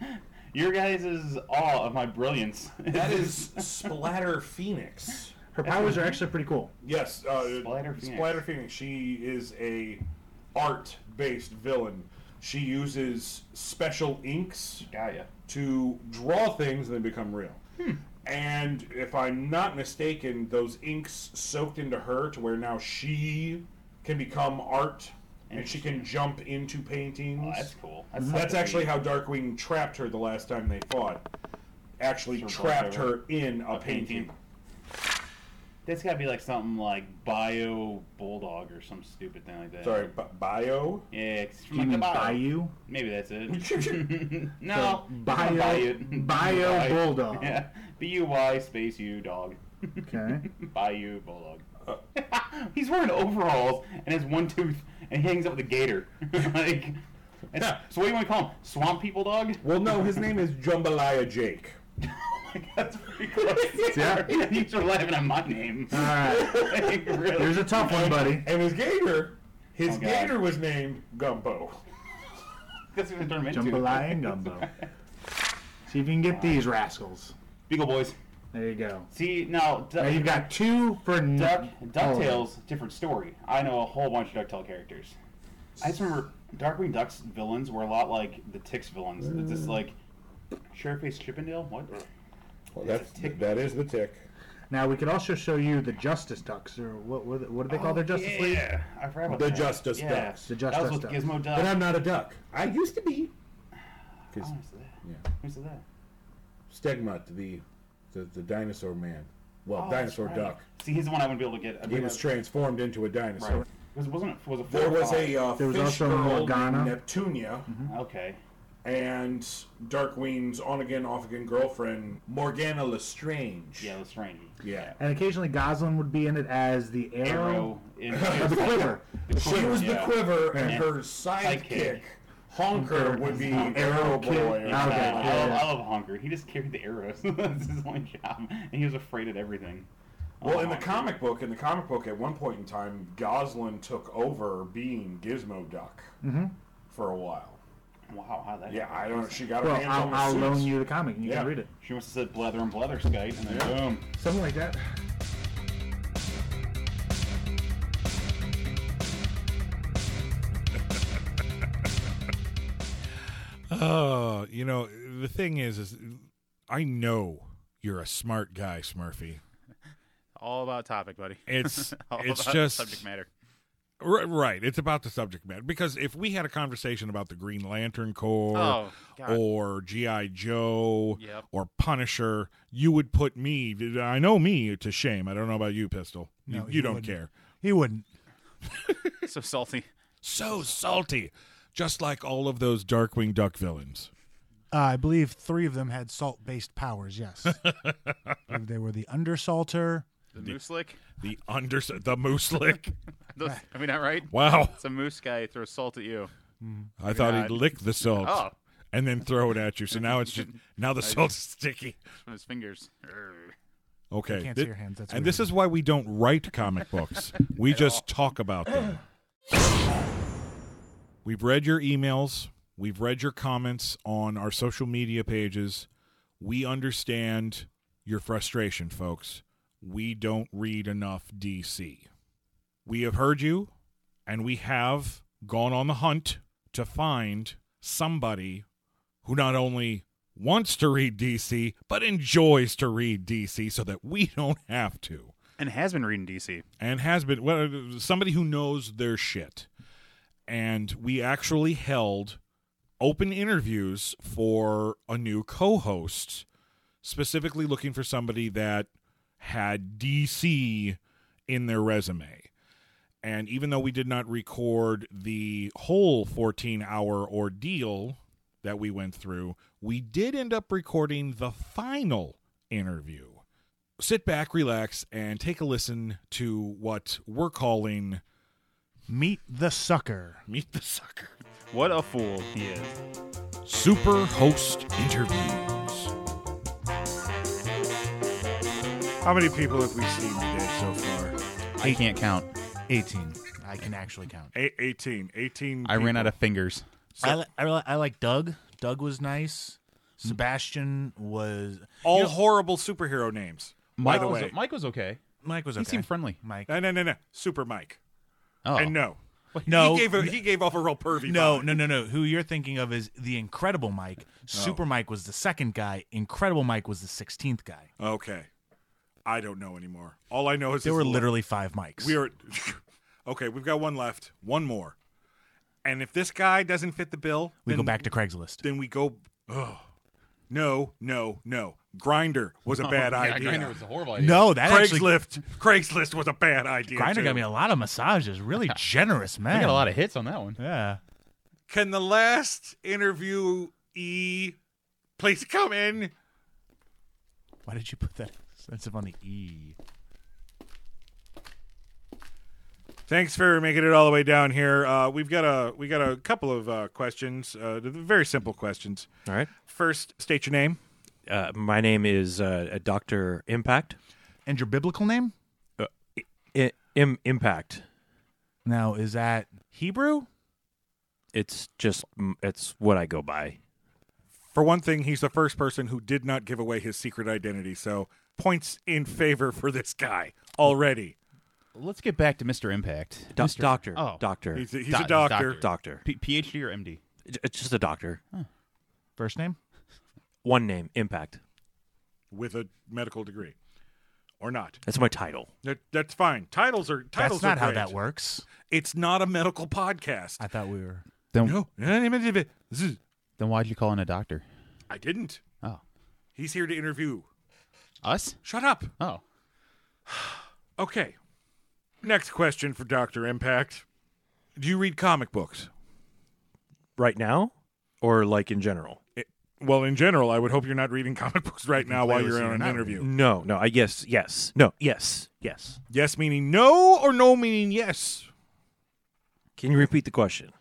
Speaker 2: your guys' awe of my brilliance.
Speaker 4: That is Splatter Phoenix.
Speaker 1: Her powers are actually pretty cool.
Speaker 4: Yes, uh,
Speaker 2: Splatter Phoenix.
Speaker 4: Splatter Phoenix. She is a art based villain. She uses special inks
Speaker 2: Got ya.
Speaker 4: to draw things and they become real. And if I'm not mistaken, those inks soaked into her to where now she can become art and she can jump into
Speaker 2: Oh,
Speaker 4: paintings.
Speaker 2: that's cool. That's,
Speaker 4: That's
Speaker 2: something.
Speaker 4: actually how Darkwing trapped her the last time they fought. Actually,
Speaker 2: Sure,
Speaker 4: trapped
Speaker 2: whatever.
Speaker 4: her in a,
Speaker 2: A
Speaker 4: painting.
Speaker 2: painting. That's gotta be like something like bio bulldog or some stupid thing like that.
Speaker 4: Sorry, b- bio?
Speaker 2: Yeah, it's
Speaker 1: Do you
Speaker 2: from
Speaker 1: mean
Speaker 2: the bio.
Speaker 1: Bayou?
Speaker 2: Maybe that's it. no,
Speaker 1: Bio- Bio Bulldog.
Speaker 2: Yeah, B U Y space U dog.
Speaker 1: Okay.
Speaker 2: Bayou Bulldog. He's wearing overalls and has one tooth, and he hangs up with a gator. like, it's- so what do you want to call him? Swamp people dog?
Speaker 4: Well, no, his name is Jambalaya Jake.
Speaker 2: Like, That's pretty close.
Speaker 1: Yeah.
Speaker 2: you are laughing at my name.
Speaker 1: All right.
Speaker 2: Like, really.
Speaker 1: Here's a tough one, buddy.
Speaker 4: And his gator, his
Speaker 2: Oh, God.
Speaker 4: gator was named Gumbo.
Speaker 2: That's what it turned him into.
Speaker 1: Jambalaya and gumbo. See if you can get these rascals.
Speaker 2: Beagle boys.
Speaker 1: There you go.
Speaker 13: See now,
Speaker 1: Now
Speaker 13: Duck,
Speaker 1: you've got two for Oh.
Speaker 13: Duck
Speaker 1: Duck
Speaker 13: Ducktales, different story. I know a whole bunch of Ducktale characters. I just remember Darkwing Duck's villains were a lot like the Ticks villains. It's just like Sureface Chippendale. What?
Speaker 14: Well, that's that is the tick.
Speaker 1: Now we could also show you the Justice Ducks, or what? What, what do they call their Justice
Speaker 13: yeah.
Speaker 1: League?
Speaker 13: I forgot about
Speaker 14: The
Speaker 13: that.
Speaker 14: Justice
Speaker 13: yeah.
Speaker 14: Ducks.
Speaker 1: The
Speaker 13: that was
Speaker 1: Justice
Speaker 13: with
Speaker 1: Ducks.
Speaker 13: Gizmo Duck.
Speaker 14: But I'm not a duck. I used to be.
Speaker 13: Oh,
Speaker 14: 'Cause
Speaker 13: who said that?
Speaker 14: Yeah.
Speaker 13: Who said that?
Speaker 14: Stegmutt, the, the the dinosaur man. Well,
Speaker 13: Oh, that's
Speaker 14: dinosaur
Speaker 13: right.
Speaker 14: duck.
Speaker 13: See, he's the one I wouldn't be able to get. I
Speaker 14: He
Speaker 13: mean,
Speaker 14: was
Speaker 13: uh,
Speaker 14: transformed into a dinosaur.
Speaker 13: Right. Because wasn't it was a four
Speaker 14: There
Speaker 13: or
Speaker 14: was a
Speaker 13: five?
Speaker 14: uh,
Speaker 1: There was
Speaker 14: fish
Speaker 1: also
Speaker 14: girl
Speaker 1: Morgana.
Speaker 14: named Neptunia
Speaker 2: Mm-hmm.
Speaker 13: okay.
Speaker 14: and Darkwing's on again, off again girlfriend Morgana Lestrange.
Speaker 13: Yeah, Lestrange.
Speaker 14: Yeah.
Speaker 1: And occasionally Goslin would be in it as the
Speaker 13: Arrow
Speaker 1: Arrow,
Speaker 13: in
Speaker 1: or the Quiver.
Speaker 14: She was
Speaker 13: Yeah.
Speaker 14: the quiver, and
Speaker 13: Yeah.
Speaker 14: her
Speaker 13: Sidekick.
Speaker 14: sidekick, Honker, would be Arrow Boy.
Speaker 1: Kid.
Speaker 14: or
Speaker 1: Okay,
Speaker 13: Yeah,
Speaker 14: something
Speaker 1: yeah,
Speaker 14: like
Speaker 13: I, love,
Speaker 1: yeah.
Speaker 13: I love Honker. He just carried the arrows. That's his only job, and he was afraid of everything. Um, I
Speaker 14: Well,
Speaker 13: love
Speaker 4: Oh,
Speaker 14: in the
Speaker 13: Honker.
Speaker 14: comic book, in the comic book, at one point in time, Goslin took over being Gizmo Duck
Speaker 1: Mm-hmm.
Speaker 14: for a while.
Speaker 13: Wow, how that?
Speaker 14: Yeah, I don't. know. She got her
Speaker 1: Well,
Speaker 14: hands on
Speaker 1: I'll,
Speaker 14: the
Speaker 1: I'll
Speaker 14: suits.
Speaker 1: loan you the comic and you
Speaker 14: Yeah.
Speaker 1: can read it.
Speaker 13: She must have said blether and blether skite, and then boom.
Speaker 1: Something like that.
Speaker 4: Oh, you know the thing is, is I know you're a smart guy, Smurfy.
Speaker 2: All about topic, buddy.
Speaker 4: It's
Speaker 2: All
Speaker 4: it's
Speaker 2: about
Speaker 4: just
Speaker 2: subject matter.
Speaker 4: R- right. It's about the subject matter because if we had a conversation about the Green Lantern Corps
Speaker 2: Oh, God.
Speaker 4: or GI Joe
Speaker 2: Yep.
Speaker 4: or Punisher, you would put me. I know me to shame. I don't know about you, Pistol. You-
Speaker 5: No,
Speaker 4: you,
Speaker 5: you
Speaker 4: don't
Speaker 5: wouldn't.
Speaker 4: care.
Speaker 5: He wouldn't.
Speaker 2: So salty.
Speaker 4: So salty, just like all of those Darkwing Duck villains.
Speaker 5: Uh, I believe three of them had salt-based powers. Yes, I believe they were the undersalter.
Speaker 2: The moose lick.
Speaker 4: The under the moose lick.
Speaker 2: Those, I mean, that right?
Speaker 4: Wow,
Speaker 2: It's a moose guy who throws salt at you.
Speaker 4: I thought
Speaker 2: God.
Speaker 4: he'd lick the salt
Speaker 2: Oh.
Speaker 4: and then throw it at you. So now it's just now the salt's sticky.
Speaker 2: From his fingers. Err.
Speaker 4: Okay.
Speaker 5: can't
Speaker 4: thi-
Speaker 5: see your hands. That's
Speaker 4: and
Speaker 5: weird.
Speaker 4: this is why we don't write comic books. We just talk about them. We've read your emails. We've read your comments on our social media pages. We understand your frustration, folks. We don't read enough DC. We have heard you, and we have gone on the hunt to find somebody who not only wants to read DC, but enjoys to read DC so that we don't have to.
Speaker 2: And has been reading DC.
Speaker 4: And has been well, somebody who knows their shit. And we actually held open interviews for a new co host, specifically looking for somebody that had DC in their resume. And even though we did not record the whole 14 hour ordeal that we went through, we did end up recording the final interview. Sit back, relax, and take a listen to what we're calling
Speaker 5: Meet the sucker.
Speaker 4: Meet the Sucker
Speaker 2: What a fool he is.
Speaker 4: Super Host Interviews. How many people have we seen today so far?
Speaker 2: I can't count.
Speaker 5: 18. I can actually count.
Speaker 4: A- 18. 18.
Speaker 2: I ran out of fingers.
Speaker 5: I, li- I, li- I like Doug. Doug was nice. Sebastian was.
Speaker 4: All horrible superhero names.
Speaker 2: Mike
Speaker 4: the
Speaker 2: was,
Speaker 4: way-
Speaker 2: Mike was okay.
Speaker 5: Mike was
Speaker 2: He
Speaker 5: okay.
Speaker 2: seemed friendly.
Speaker 5: Mike.
Speaker 4: No, no, no, no. Super Mike.
Speaker 2: Oh.
Speaker 4: And no.
Speaker 5: No.
Speaker 4: He gave, a, he gave off a real pervy
Speaker 5: No,
Speaker 4: vibe.
Speaker 5: no, no, no. Who you're thinking of is the Incredible Mike.
Speaker 4: Oh.
Speaker 5: Super Mike was the second guy. Incredible Mike was the 16th guy.
Speaker 4: Okay. I don't know anymore. All I know is
Speaker 5: There
Speaker 4: this
Speaker 5: were
Speaker 4: is-
Speaker 5: literally five Mikes.
Speaker 4: We are okay. We've got one left. One more. And if this guy doesn't fit the bill,
Speaker 5: we
Speaker 4: then,
Speaker 5: go back to Craigslist.
Speaker 4: Then we go. Oh, no, no, no. Grinder was a bad idea.
Speaker 2: a horrible
Speaker 5: No, that actually.
Speaker 4: Craigslist. Craigslist was a bad idea.
Speaker 5: Grinder got me a lot of massages. Really generous man.
Speaker 2: of hits on that one.
Speaker 5: Yeah.
Speaker 4: Can the last interview e please come in?
Speaker 5: Why did you put that expensive on the E?
Speaker 4: Thanks for making it all the way down here. Uh, we've got a we got a couple of uh, questions. Uh, very simple questions.
Speaker 15: All right.
Speaker 4: First, state your name.
Speaker 15: Uh, my name is uh, Doctor Impact.
Speaker 5: And your biblical name?
Speaker 15: I- Im- Impact.
Speaker 5: Now, is that Hebrew?
Speaker 15: It's just mm, it's what I go by.
Speaker 4: For one thing, he's the first person who did not give away his secret identity, so points in favor for this guy already.
Speaker 2: Let's get back to Mr. Impact.
Speaker 15: Do-
Speaker 2: Mr.
Speaker 15: doctor.
Speaker 2: Oh.
Speaker 15: Doctor.
Speaker 4: He's a, he's
Speaker 2: Doc-
Speaker 4: a doctor.
Speaker 15: doctor.
Speaker 2: P- PhD or MD?
Speaker 15: J- It's just a doctor.
Speaker 5: First name?
Speaker 15: One name, Impact.
Speaker 4: with a medical degree, or not.
Speaker 15: That's my title.
Speaker 4: That, that's fine. Titles are titles.
Speaker 5: That's not
Speaker 4: are
Speaker 5: how
Speaker 4: great.
Speaker 5: that works.
Speaker 4: It's not a medical podcast.
Speaker 5: I thought we were.
Speaker 2: Then,
Speaker 4: no, Zzz.
Speaker 2: then why'd you call in a doctor?
Speaker 4: I didn't.
Speaker 2: Oh.
Speaker 4: He's here to interview.
Speaker 2: Us?
Speaker 4: Shut up.
Speaker 2: Oh.
Speaker 4: Okay. Next question for Doctor Impact. Do you read comic books?
Speaker 15: Right now, or like in general?
Speaker 4: It, well, in general, I would hope you're not reading comic books right now while
Speaker 5: clearly
Speaker 4: you're
Speaker 5: say
Speaker 4: on
Speaker 5: you're
Speaker 4: an
Speaker 5: not
Speaker 4: interview.
Speaker 15: No, no. I guess yes. No, yes, yes.
Speaker 4: Yes meaning no, or no meaning yes.
Speaker 15: Can you repeat the question?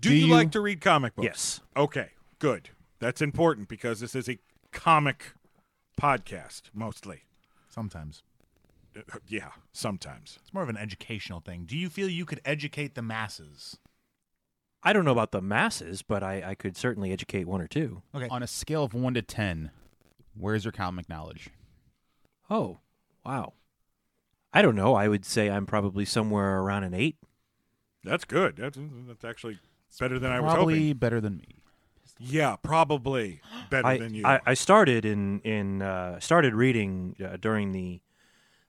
Speaker 4: Do,
Speaker 2: Do
Speaker 4: you,
Speaker 2: you-
Speaker 4: like to read comic books?
Speaker 15: Yes.
Speaker 4: Okay, good. That's important because this is a comic podcast mostly.
Speaker 5: Sometimes.
Speaker 4: Uh, yeah, sometimes.
Speaker 5: It's more of an educational thing. Do you feel you could educate the masses?
Speaker 15: I don't know about the masses, but I, I could certainly educate one or two.
Speaker 5: Okay.
Speaker 2: On a scale of 1 to 10, where's your comic knowledge?
Speaker 15: Oh, wow. I don't know. I would say I'm probably somewhere around an eight.
Speaker 4: That's good. That's, that's actually better than I was
Speaker 2: Probably
Speaker 4: hoping.
Speaker 2: better than me.
Speaker 4: Yeah, probably better
Speaker 15: I,
Speaker 4: than you.
Speaker 15: I, I started in in uh, started reading uh, during the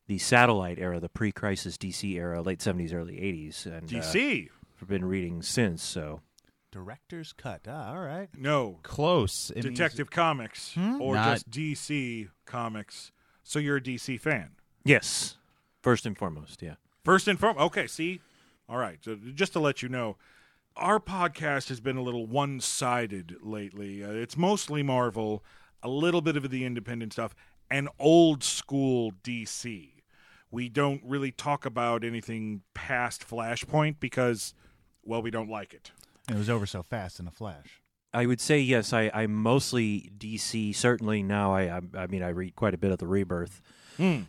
Speaker 15: the satellite era, the pre-crisis DC era, late '70s, early '80s, and uh,
Speaker 4: DC.
Speaker 15: I've been reading since. So
Speaker 5: Director's cut. Ah, all right.
Speaker 4: No,
Speaker 2: Close. It means-
Speaker 4: Detective Comics or
Speaker 2: Not-
Speaker 4: just DC Comics. So you're a DC fan.
Speaker 15: yes, first and foremost, yeah.
Speaker 4: First and foremost. Okay, see? All right. So just to let you know, our podcast has been a little one sided lately. Uh, it's mostly Marvel, a little bit of the independent stuff, and old school DC. We don't really talk about anything past Flashpoint because, well, we don't like it.
Speaker 5: It was over so fast in a flash.
Speaker 15: I would say yes. I, I'm mostly DC. Certainly now. I, I I mean I read quite a bit of the Rebirth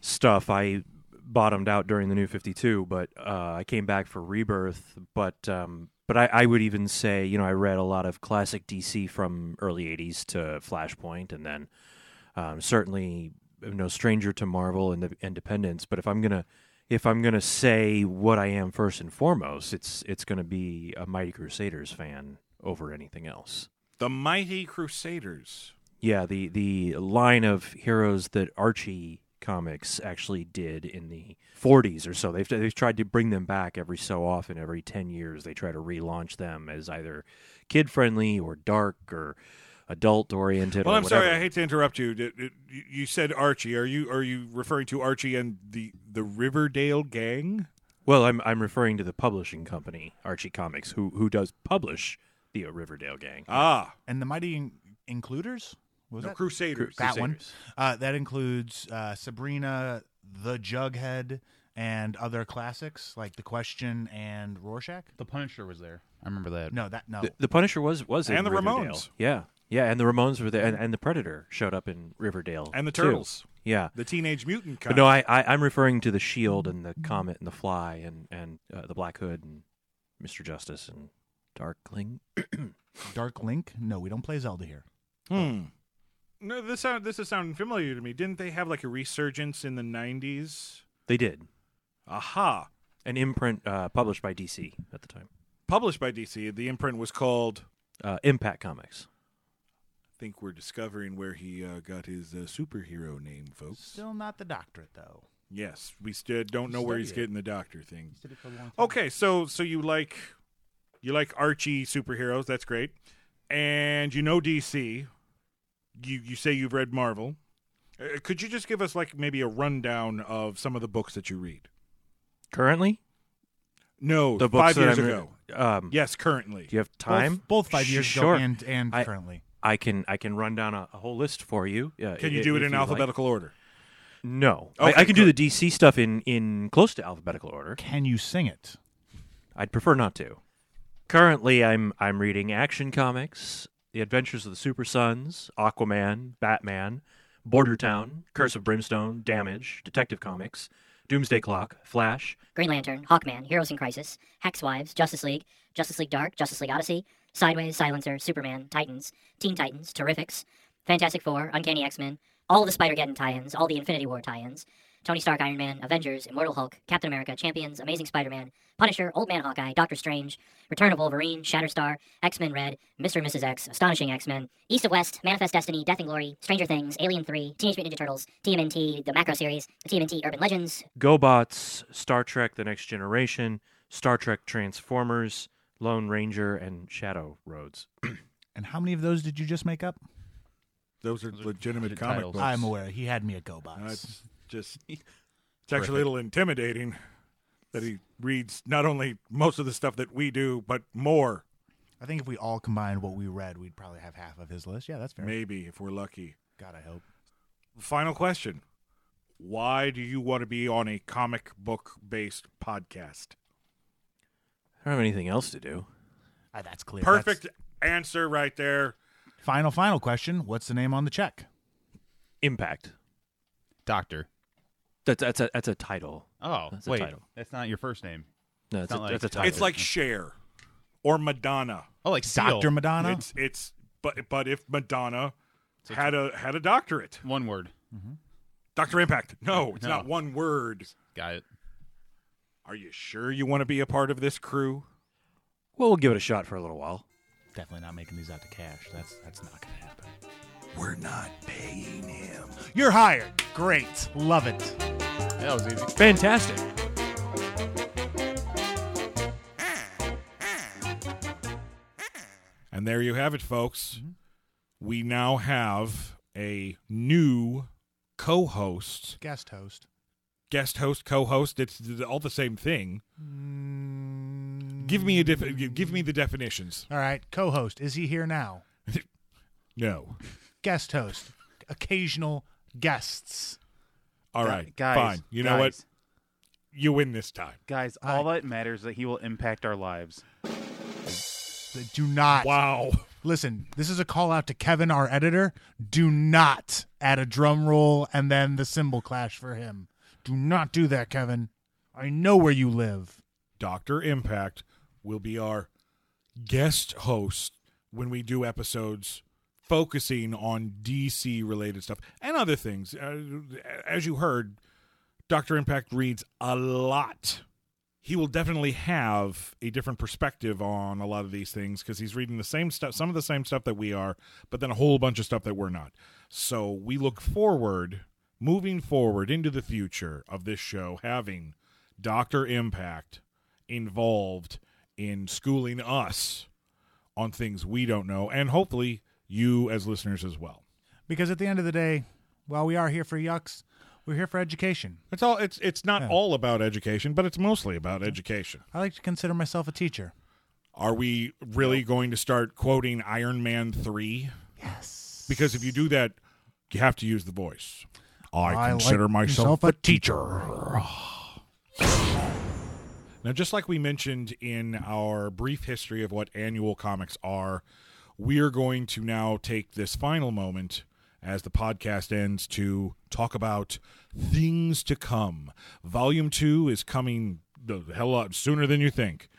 Speaker 15: stuff. I bottomed out during the New Fifty Two, but uh, I came back for Rebirth. But um, but I, I would even say you know I read a lot of classic DC from early '80s to Flashpoint, and then um, certainly no stranger to Marvel and the Independence. But if I'm gonna if I'm gonna say what I am first and foremost, it's it's gonna be a Mighty Crusaders fan over anything else.
Speaker 4: The Mighty Crusaders.
Speaker 15: Yeah, the the line of heroes that Archie comics actually did in the 40s or so. They've they've tried to bring them back every so often, every 10 years they try to relaunch them as either kid friendly or dark or adult oriented.
Speaker 4: Well,
Speaker 15: or
Speaker 4: I'm
Speaker 15: whatever.
Speaker 4: sorry, I hate to interrupt you. Did- did- you- You said Archie. Are you are you referring to Archie and the the Riverdale gang?
Speaker 15: Well, I'm I'm referring to the publishing company Archie Comics, who who does publish the Riverdale Gang.
Speaker 4: Ah,
Speaker 5: And the Mighty in- Includers? What was
Speaker 4: no,
Speaker 5: that?
Speaker 4: Crusaders.
Speaker 5: that one. Uh, that includes uh, Sabrina, The Jughead, and other classics like The Question and Rorschach.
Speaker 2: The Punisher was there. I remember that.
Speaker 5: No, that no.
Speaker 15: The, the Punisher was was in
Speaker 4: Oh. And the
Speaker 15: Riverdale.
Speaker 4: Ramones.
Speaker 15: Yeah, yeah, and the Ramones were there, and, and the Predator showed up in Riverdale,
Speaker 4: And the
Speaker 15: too.
Speaker 4: Turtles.
Speaker 15: Yeah,
Speaker 4: The Teenage Mutant.
Speaker 15: but
Speaker 4: Kind.
Speaker 15: no, I, I I'm referring to the Shield and the Comet and the Fly and and uh, the Black Hood and Mister Justice and Darkling.
Speaker 5: Dark Link? No, we don't play Zelda here.
Speaker 4: Hmm. No, this sound this is sounding familiar to me. Didn't they have like a resurgence in the '90s?
Speaker 15: They did
Speaker 4: Aha!
Speaker 15: an imprint uh, published by DC at the time,
Speaker 4: Published by DC, the imprint was called.
Speaker 15: uh, Impact Comics.
Speaker 4: I think we're discovering where he uh, got his uh, superhero name, folks.
Speaker 5: Still not the doctorate though.
Speaker 4: Yes, we st- don't know where he's
Speaker 5: Study it.
Speaker 4: getting the doctor thing. Okay, so so you like you like Archie superheroes, that's great. And you know DC. You you say you've read Marvel. Uh, could you just give us like maybe a rundown of some of the books that you read?
Speaker 15: Currently,
Speaker 4: No,
Speaker 15: the
Speaker 4: five
Speaker 15: books that
Speaker 4: years
Speaker 15: I'm-
Speaker 4: ago.
Speaker 15: Um,
Speaker 4: Yes, currently.
Speaker 15: Do you have time?
Speaker 5: Both, both five years
Speaker 15: Sure.
Speaker 5: ago and and
Speaker 15: I-
Speaker 5: currently.
Speaker 15: I can I can run down a, a whole list for you. Uh,
Speaker 4: Can
Speaker 15: i-
Speaker 4: you do
Speaker 15: if
Speaker 4: it in
Speaker 15: you'd like.
Speaker 4: alphabetical order?
Speaker 15: No,
Speaker 4: Okay,
Speaker 15: I, I can do
Speaker 4: good.
Speaker 15: the DC stuff in in close to alphabetical order.
Speaker 5: Can you sing it?
Speaker 15: I'd prefer not to. Currently, I'm I'm reading Action Comics, The Adventures of the Super Sons, Aquaman, Batman, Border Town, Curse of Brimstone, Damage, Detective Comics, Doomsday Clock, Flash,
Speaker 16: Green Lantern, Hawkman, Heroes in Crisis, Hex Wives, Justice League, Justice League Dark, Justice League Odyssey, Sideways, Silencer, Superman, Titans, Teen Titans, Terrifics, Fantastic Four, Uncanny X Men, all the Spider Geddon tie ins, all the Infinity War tie ins, Tony Stark, Iron Man, Avengers, Immortal Hulk, Captain America, Champions, Amazing Spider Man, Punisher, Old Man Hawkeye, Doctor Strange, Return of Wolverine, Shatterstar, X Men Red, Mr. and Mrs. X, Astonishing X Men, East of West, Manifest Destiny, Death and Glory, Stranger Things, Alien 3, Teenage Mutant Ninja Turtles, TMNT, the Macro Series, TMNT Urban Legends,
Speaker 15: GoBots, Star Trek: The Next Generation, Star Trek Transformers, Lone Ranger, and Shadow Roads.
Speaker 1: And how many of those did you just make up?
Speaker 4: Those are legitimate
Speaker 15: good
Speaker 4: comic
Speaker 15: titles.
Speaker 4: books.
Speaker 1: I'm aware. He had me at GoBots.
Speaker 4: That's just it's actually a little intimidating that he reads not only most of the stuff that we do, but more.
Speaker 1: I think if we all combined what we read, we'd probably have half of his list. Yeah, that's fair.
Speaker 4: Maybe if we're lucky.
Speaker 1: God, I hope.
Speaker 4: Final question: Why do you want to be on a comic book based podcast?
Speaker 15: I don't have anything else to do.
Speaker 1: Ah, that's clear. That's-
Speaker 4: Perfect answer right there.
Speaker 1: final, final question. What's the name on the check?
Speaker 15: Impact.
Speaker 17: Doctor.
Speaker 15: That's that's a that's a title.
Speaker 17: Oh,
Speaker 15: That's a
Speaker 17: wait.
Speaker 15: title.
Speaker 17: That's not your first name.
Speaker 15: No, that's, a,
Speaker 17: not like-
Speaker 15: that's a
Speaker 17: It's
Speaker 15: title.
Speaker 4: It's like Cher or Madonna.
Speaker 17: Oh, like Seal.
Speaker 1: Dr. Madonna?
Speaker 4: It's it's but but if Madonna had a had a doctorate,
Speaker 17: One word.
Speaker 4: Doctor Impact. No, it's
Speaker 17: No.
Speaker 4: not one word.
Speaker 17: Got it.
Speaker 4: Are you sure you want to be a part of this crew?
Speaker 15: well, we'll give it a shot for a little while.
Speaker 1: Definitely not making these out to cash. That's that's not going to happen.
Speaker 4: We're not paying him.
Speaker 1: You're hired. Great. Love it.
Speaker 17: That was easy.
Speaker 15: Fantastic.
Speaker 4: And there you have it, folks. We now have a new co-host,
Speaker 1: Guest host.
Speaker 4: guest host, co-host. It's all the same thing. Give me a def- give me the definitions.
Speaker 1: All right. Co host. Is he here now?
Speaker 4: No.
Speaker 1: Guest host. Occasional guests.
Speaker 4: All
Speaker 2: Gu-
Speaker 4: right.
Speaker 2: guys,
Speaker 4: Fine. You know what?
Speaker 2: guys,
Speaker 4: You win this time.
Speaker 2: Guys, all that matters is that he will impact our lives.
Speaker 1: that Do not.
Speaker 4: Wow.
Speaker 1: Listen, this is a call out to Kevin, our editor. Do not add a drum roll and then the cymbal clash for him. Do not do that, Kevin. I know where you live.
Speaker 4: Dr. Impact will be our guest host when we do episodes focusing on DC related stuff and other things. Uh, as you heard, Dr. Impact reads a lot. He will definitely have a different perspective on a lot of these things because he's reading the same stuff, some of the same stuff that we are, but then a whole bunch of stuff that we're not. So we look forward, moving forward into the future of this show, having Dr. Impact involved in schooling us on things we don't know, and hopefully you as listeners as well.
Speaker 1: Because at the end of the day, while we are here for yucks, we're here for education.
Speaker 4: It's all it's it's not
Speaker 1: Yeah.
Speaker 4: all about education, but it's mostly about education.
Speaker 1: I like to consider myself a teacher.
Speaker 4: Are we really going to start quoting Iron Man 3?
Speaker 1: Yes.
Speaker 4: Because if you do that, you have to use the voice. I,
Speaker 1: I
Speaker 4: consider
Speaker 1: like
Speaker 4: myself,
Speaker 1: myself a
Speaker 4: a teacher. now, just like we mentioned in our brief history of what annual comics are, we are going to now take this final moment as the podcast ends to talk about things to come. Volume 2 is coming the hell lot sooner than you think,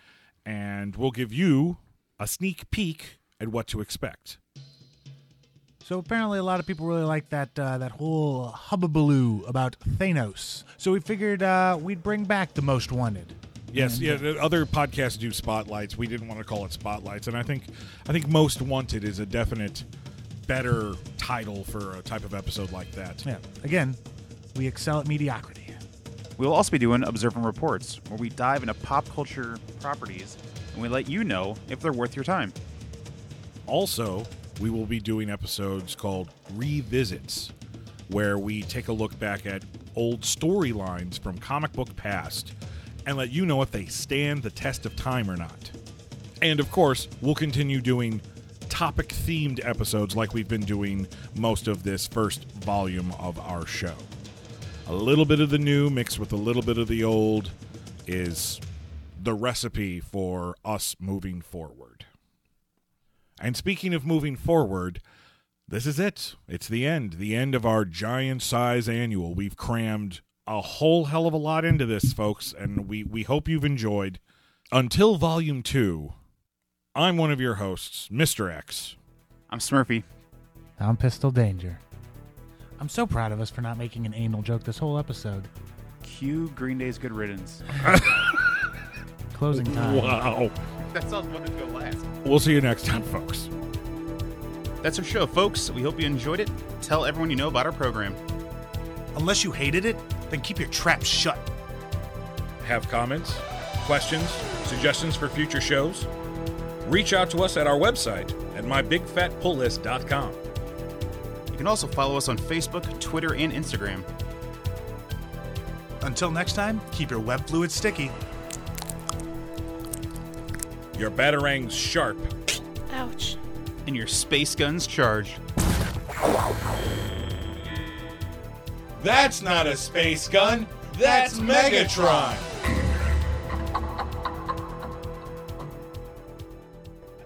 Speaker 4: and we'll give you a sneak peek at what to expect.
Speaker 1: So apparently, a lot of people really like that uh, that whole hubbubaloo about Thanos. So we figured uh, we'd bring back the most wanted.
Speaker 4: Yes, yeah. the Other podcasts do spotlights. We didn't want to call it spotlights, and I think I think most wanted is a definite better title for a type of episode like that.
Speaker 1: Yeah. Again, we excel at mediocrity.
Speaker 2: We will also be doing Observe and Reports, where we dive into pop culture properties and we let you know if they're worth your time.
Speaker 4: Also, we will be doing episodes called revisits, where we take a look back at old storylines from comic book past and let you know if they stand the test of time or not. And of course, we'll continue doing topic themed episodes like we've been doing most of this first volume of our show. A little bit of the new mixed with a little bit of the old is the recipe for us moving forward. And speaking of moving forward, this is it. It's the end. The end of our giant size annual. We've crammed a whole hell of a lot into this, folks, and we, we hope you've enjoyed. Until volume two, I'm one of your hosts, Mr. X.
Speaker 2: I'm Smurfy.
Speaker 1: I'm Pistol Danger. I'm so proud of us for not making an anal joke this whole episode.
Speaker 2: Cue Green Day's Good Riddance.
Speaker 1: Closing time.
Speaker 4: Wow.
Speaker 18: That's all one to go last.
Speaker 4: We'll see you next time, folks.
Speaker 2: That's our show, folks. We hope you enjoyed it. Tell everyone you know about our program.
Speaker 1: Unless you hated it, then keep your trap shut.
Speaker 4: Have comments, questions, suggestions for future shows? Reach out to us at our website at mybigfatpulllist.com.
Speaker 2: You can also follow us on Facebook, Twitter, and Instagram.
Speaker 1: Until next time, keep your web fluid sticky.
Speaker 4: Your batarang's sharp.
Speaker 19: Ouch.
Speaker 2: And your space guns charged.
Speaker 20: That's not a space gun. That's Megatron.
Speaker 21: I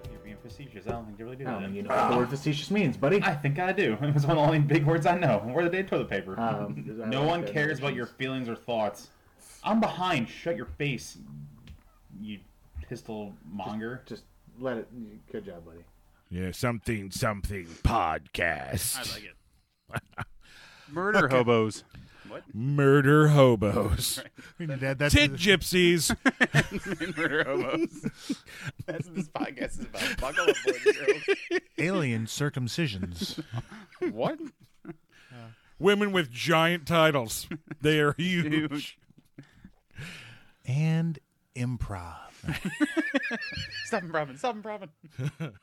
Speaker 21: think you're being facetious. I don't think you really do.
Speaker 22: I don't
Speaker 21: that.
Speaker 22: think you know what the word facetious means, buddy.
Speaker 21: I think I do. It's one of the only big words I know. Where the day toilet paper.
Speaker 22: Um, is that
Speaker 21: no
Speaker 22: like
Speaker 21: one
Speaker 22: the
Speaker 21: cares about
Speaker 22: directions?
Speaker 21: your feelings or thoughts. I'm behind. Shut your face, you pistol monger.
Speaker 22: Just let it. Good job, buddy.
Speaker 4: Yeah, something, something podcast.
Speaker 2: it. Murder hobos.
Speaker 4: Murder hobos.
Speaker 1: That's
Speaker 4: Tit gypsies.
Speaker 2: Murder hobos.
Speaker 18: That's what this podcast is about. Buckle up, boys and girls.
Speaker 1: alien circumcisions.
Speaker 18: What?
Speaker 4: Women with giant titles. They are huge.
Speaker 1: and improv.
Speaker 18: Stop him, Robin. Stop him, Robin.